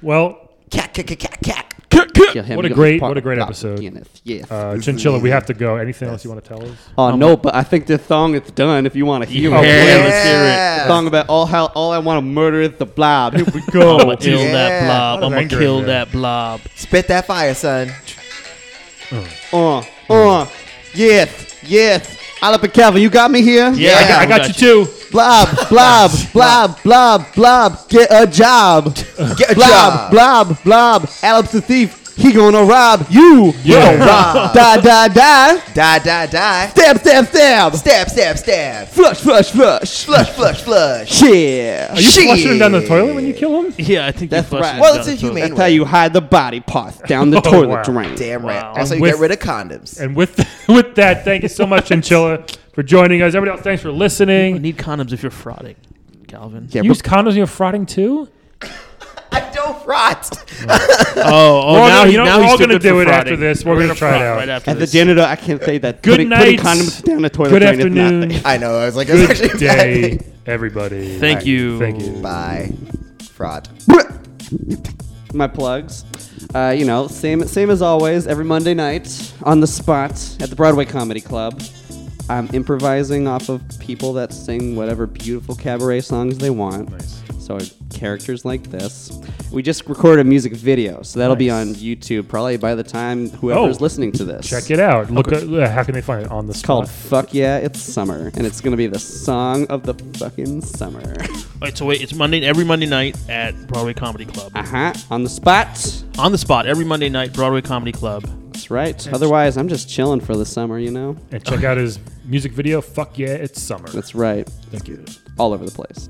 Speaker 4: Well,
Speaker 3: Cack, cack, cack, cack, cack.
Speaker 7: Kill him.
Speaker 4: What a
Speaker 7: You're
Speaker 4: great-
Speaker 7: part
Speaker 4: what a great
Speaker 7: of
Speaker 4: episode.
Speaker 7: Guinness. Yes.
Speaker 4: uh, Chinchilla, we have to go. Anything else you want to tell us?
Speaker 7: oh no, but I think this song is done. If you want to hear
Speaker 4: Oh,
Speaker 5: Yeah,
Speaker 7: it,
Speaker 5: let's hear it.
Speaker 7: The
Speaker 3: Yeah.
Speaker 7: song about all how all I want to murder is the blob. Here we
Speaker 4: Go.
Speaker 5: I'ma kill that
Speaker 3: Yeah.
Speaker 5: blob.
Speaker 4: What an
Speaker 5: I'ma
Speaker 4: angry
Speaker 5: kill
Speaker 4: man.
Speaker 5: that blob.
Speaker 3: Spit that fire, son.
Speaker 7: Uh, uh, yes, yes. Alip and Calvin, you got me here?
Speaker 5: Yeah,
Speaker 3: I got-
Speaker 4: I got you too.
Speaker 7: Blob, blob, blob, blob, blob, get a job.
Speaker 3: Get a
Speaker 7: Blob,
Speaker 3: job.
Speaker 7: blob, blob. Alip's the thief. He gonna rob you.
Speaker 4: Yeah.
Speaker 7: Gonna
Speaker 4: Ah.
Speaker 7: rob. die, die, die.
Speaker 3: Die, die, die.
Speaker 7: Stab, stab, stab.
Speaker 3: Stab, stab, stab.
Speaker 7: Flush, flush, flush.
Speaker 3: Flush, flush, flush.
Speaker 7: Yeah.
Speaker 4: Are you
Speaker 3: Shit.
Speaker 4: flushing him down the toilet when you kill him?
Speaker 5: Yeah, I think
Speaker 7: That's
Speaker 5: you flushed
Speaker 7: right.
Speaker 5: it
Speaker 7: Well,
Speaker 5: down
Speaker 3: it's
Speaker 5: the
Speaker 3: a
Speaker 5: toilet.
Speaker 3: humane-
Speaker 7: That's how you hide the body parts down the
Speaker 4: Oh,
Speaker 7: toilet
Speaker 4: wow.
Speaker 7: drain.
Speaker 3: Damn
Speaker 5: Wow.
Speaker 3: right. Also,
Speaker 4: And
Speaker 3: you get
Speaker 4: with-
Speaker 3: rid of condoms.
Speaker 4: And with with that, thank you so much, Chinchilla, for joining us. Everybody else, thanks for
Speaker 5: You
Speaker 4: listening.
Speaker 5: need condoms if you're frauding, Calvin.
Speaker 7: Yeah,
Speaker 4: Use condoms when you're frauding too.
Speaker 3: I don't rot.
Speaker 5: Oh, oh,
Speaker 4: We're all
Speaker 5: now,
Speaker 4: gonna-
Speaker 5: he,
Speaker 4: you know,
Speaker 5: now
Speaker 4: we're
Speaker 5: he's
Speaker 4: all gonna
Speaker 5: good
Speaker 4: do
Speaker 5: for
Speaker 4: it after
Speaker 5: frauding.
Speaker 4: this. We're gonna
Speaker 5: gonna
Speaker 4: try it
Speaker 5: fraud
Speaker 4: out.
Speaker 5: right after
Speaker 7: As the
Speaker 5: this.
Speaker 7: janitor, I can say that
Speaker 4: Good
Speaker 7: putting, putting
Speaker 4: night.
Speaker 7: condoms down the toilet
Speaker 4: Good
Speaker 7: drain is not
Speaker 4: afternoon.
Speaker 3: I know. I was like, that's
Speaker 4: Good
Speaker 3: actually
Speaker 4: day,
Speaker 3: bad.
Speaker 4: everybody.
Speaker 5: Thank you.
Speaker 4: Thank you.
Speaker 3: Bye. Fraud.
Speaker 7: my plugs. Uh, you know, same same as always. Every Monday night on the spot at the Broadway Comedy Club, I'm improvising off of people that sing whatever beautiful cabaret songs they want.
Speaker 4: Nice.
Speaker 7: So characters like this. We just recorded a music video, so that'll be on YouTube probably by the time whoever's
Speaker 4: Oh.
Speaker 7: listening to this.
Speaker 4: Check it out. Look, at, uh, how can they find it on the
Speaker 7: It's called
Speaker 4: spot?
Speaker 7: "Fuck Yeah, It's Summer," and it's gonna be the song of the fucking summer.
Speaker 5: Wait, so wait, it's Monday every Monday night at Broadway Comedy Club.
Speaker 7: uh huh. On the spot.
Speaker 5: On the spot every Monday night, Broadway Comedy Club.
Speaker 7: That's right. Otherwise, I'm just chilling for the summer. You know.
Speaker 4: and check out his music video. Fuck yeah, it's summer.
Speaker 7: That's right.
Speaker 4: Thank you.
Speaker 7: all over the place.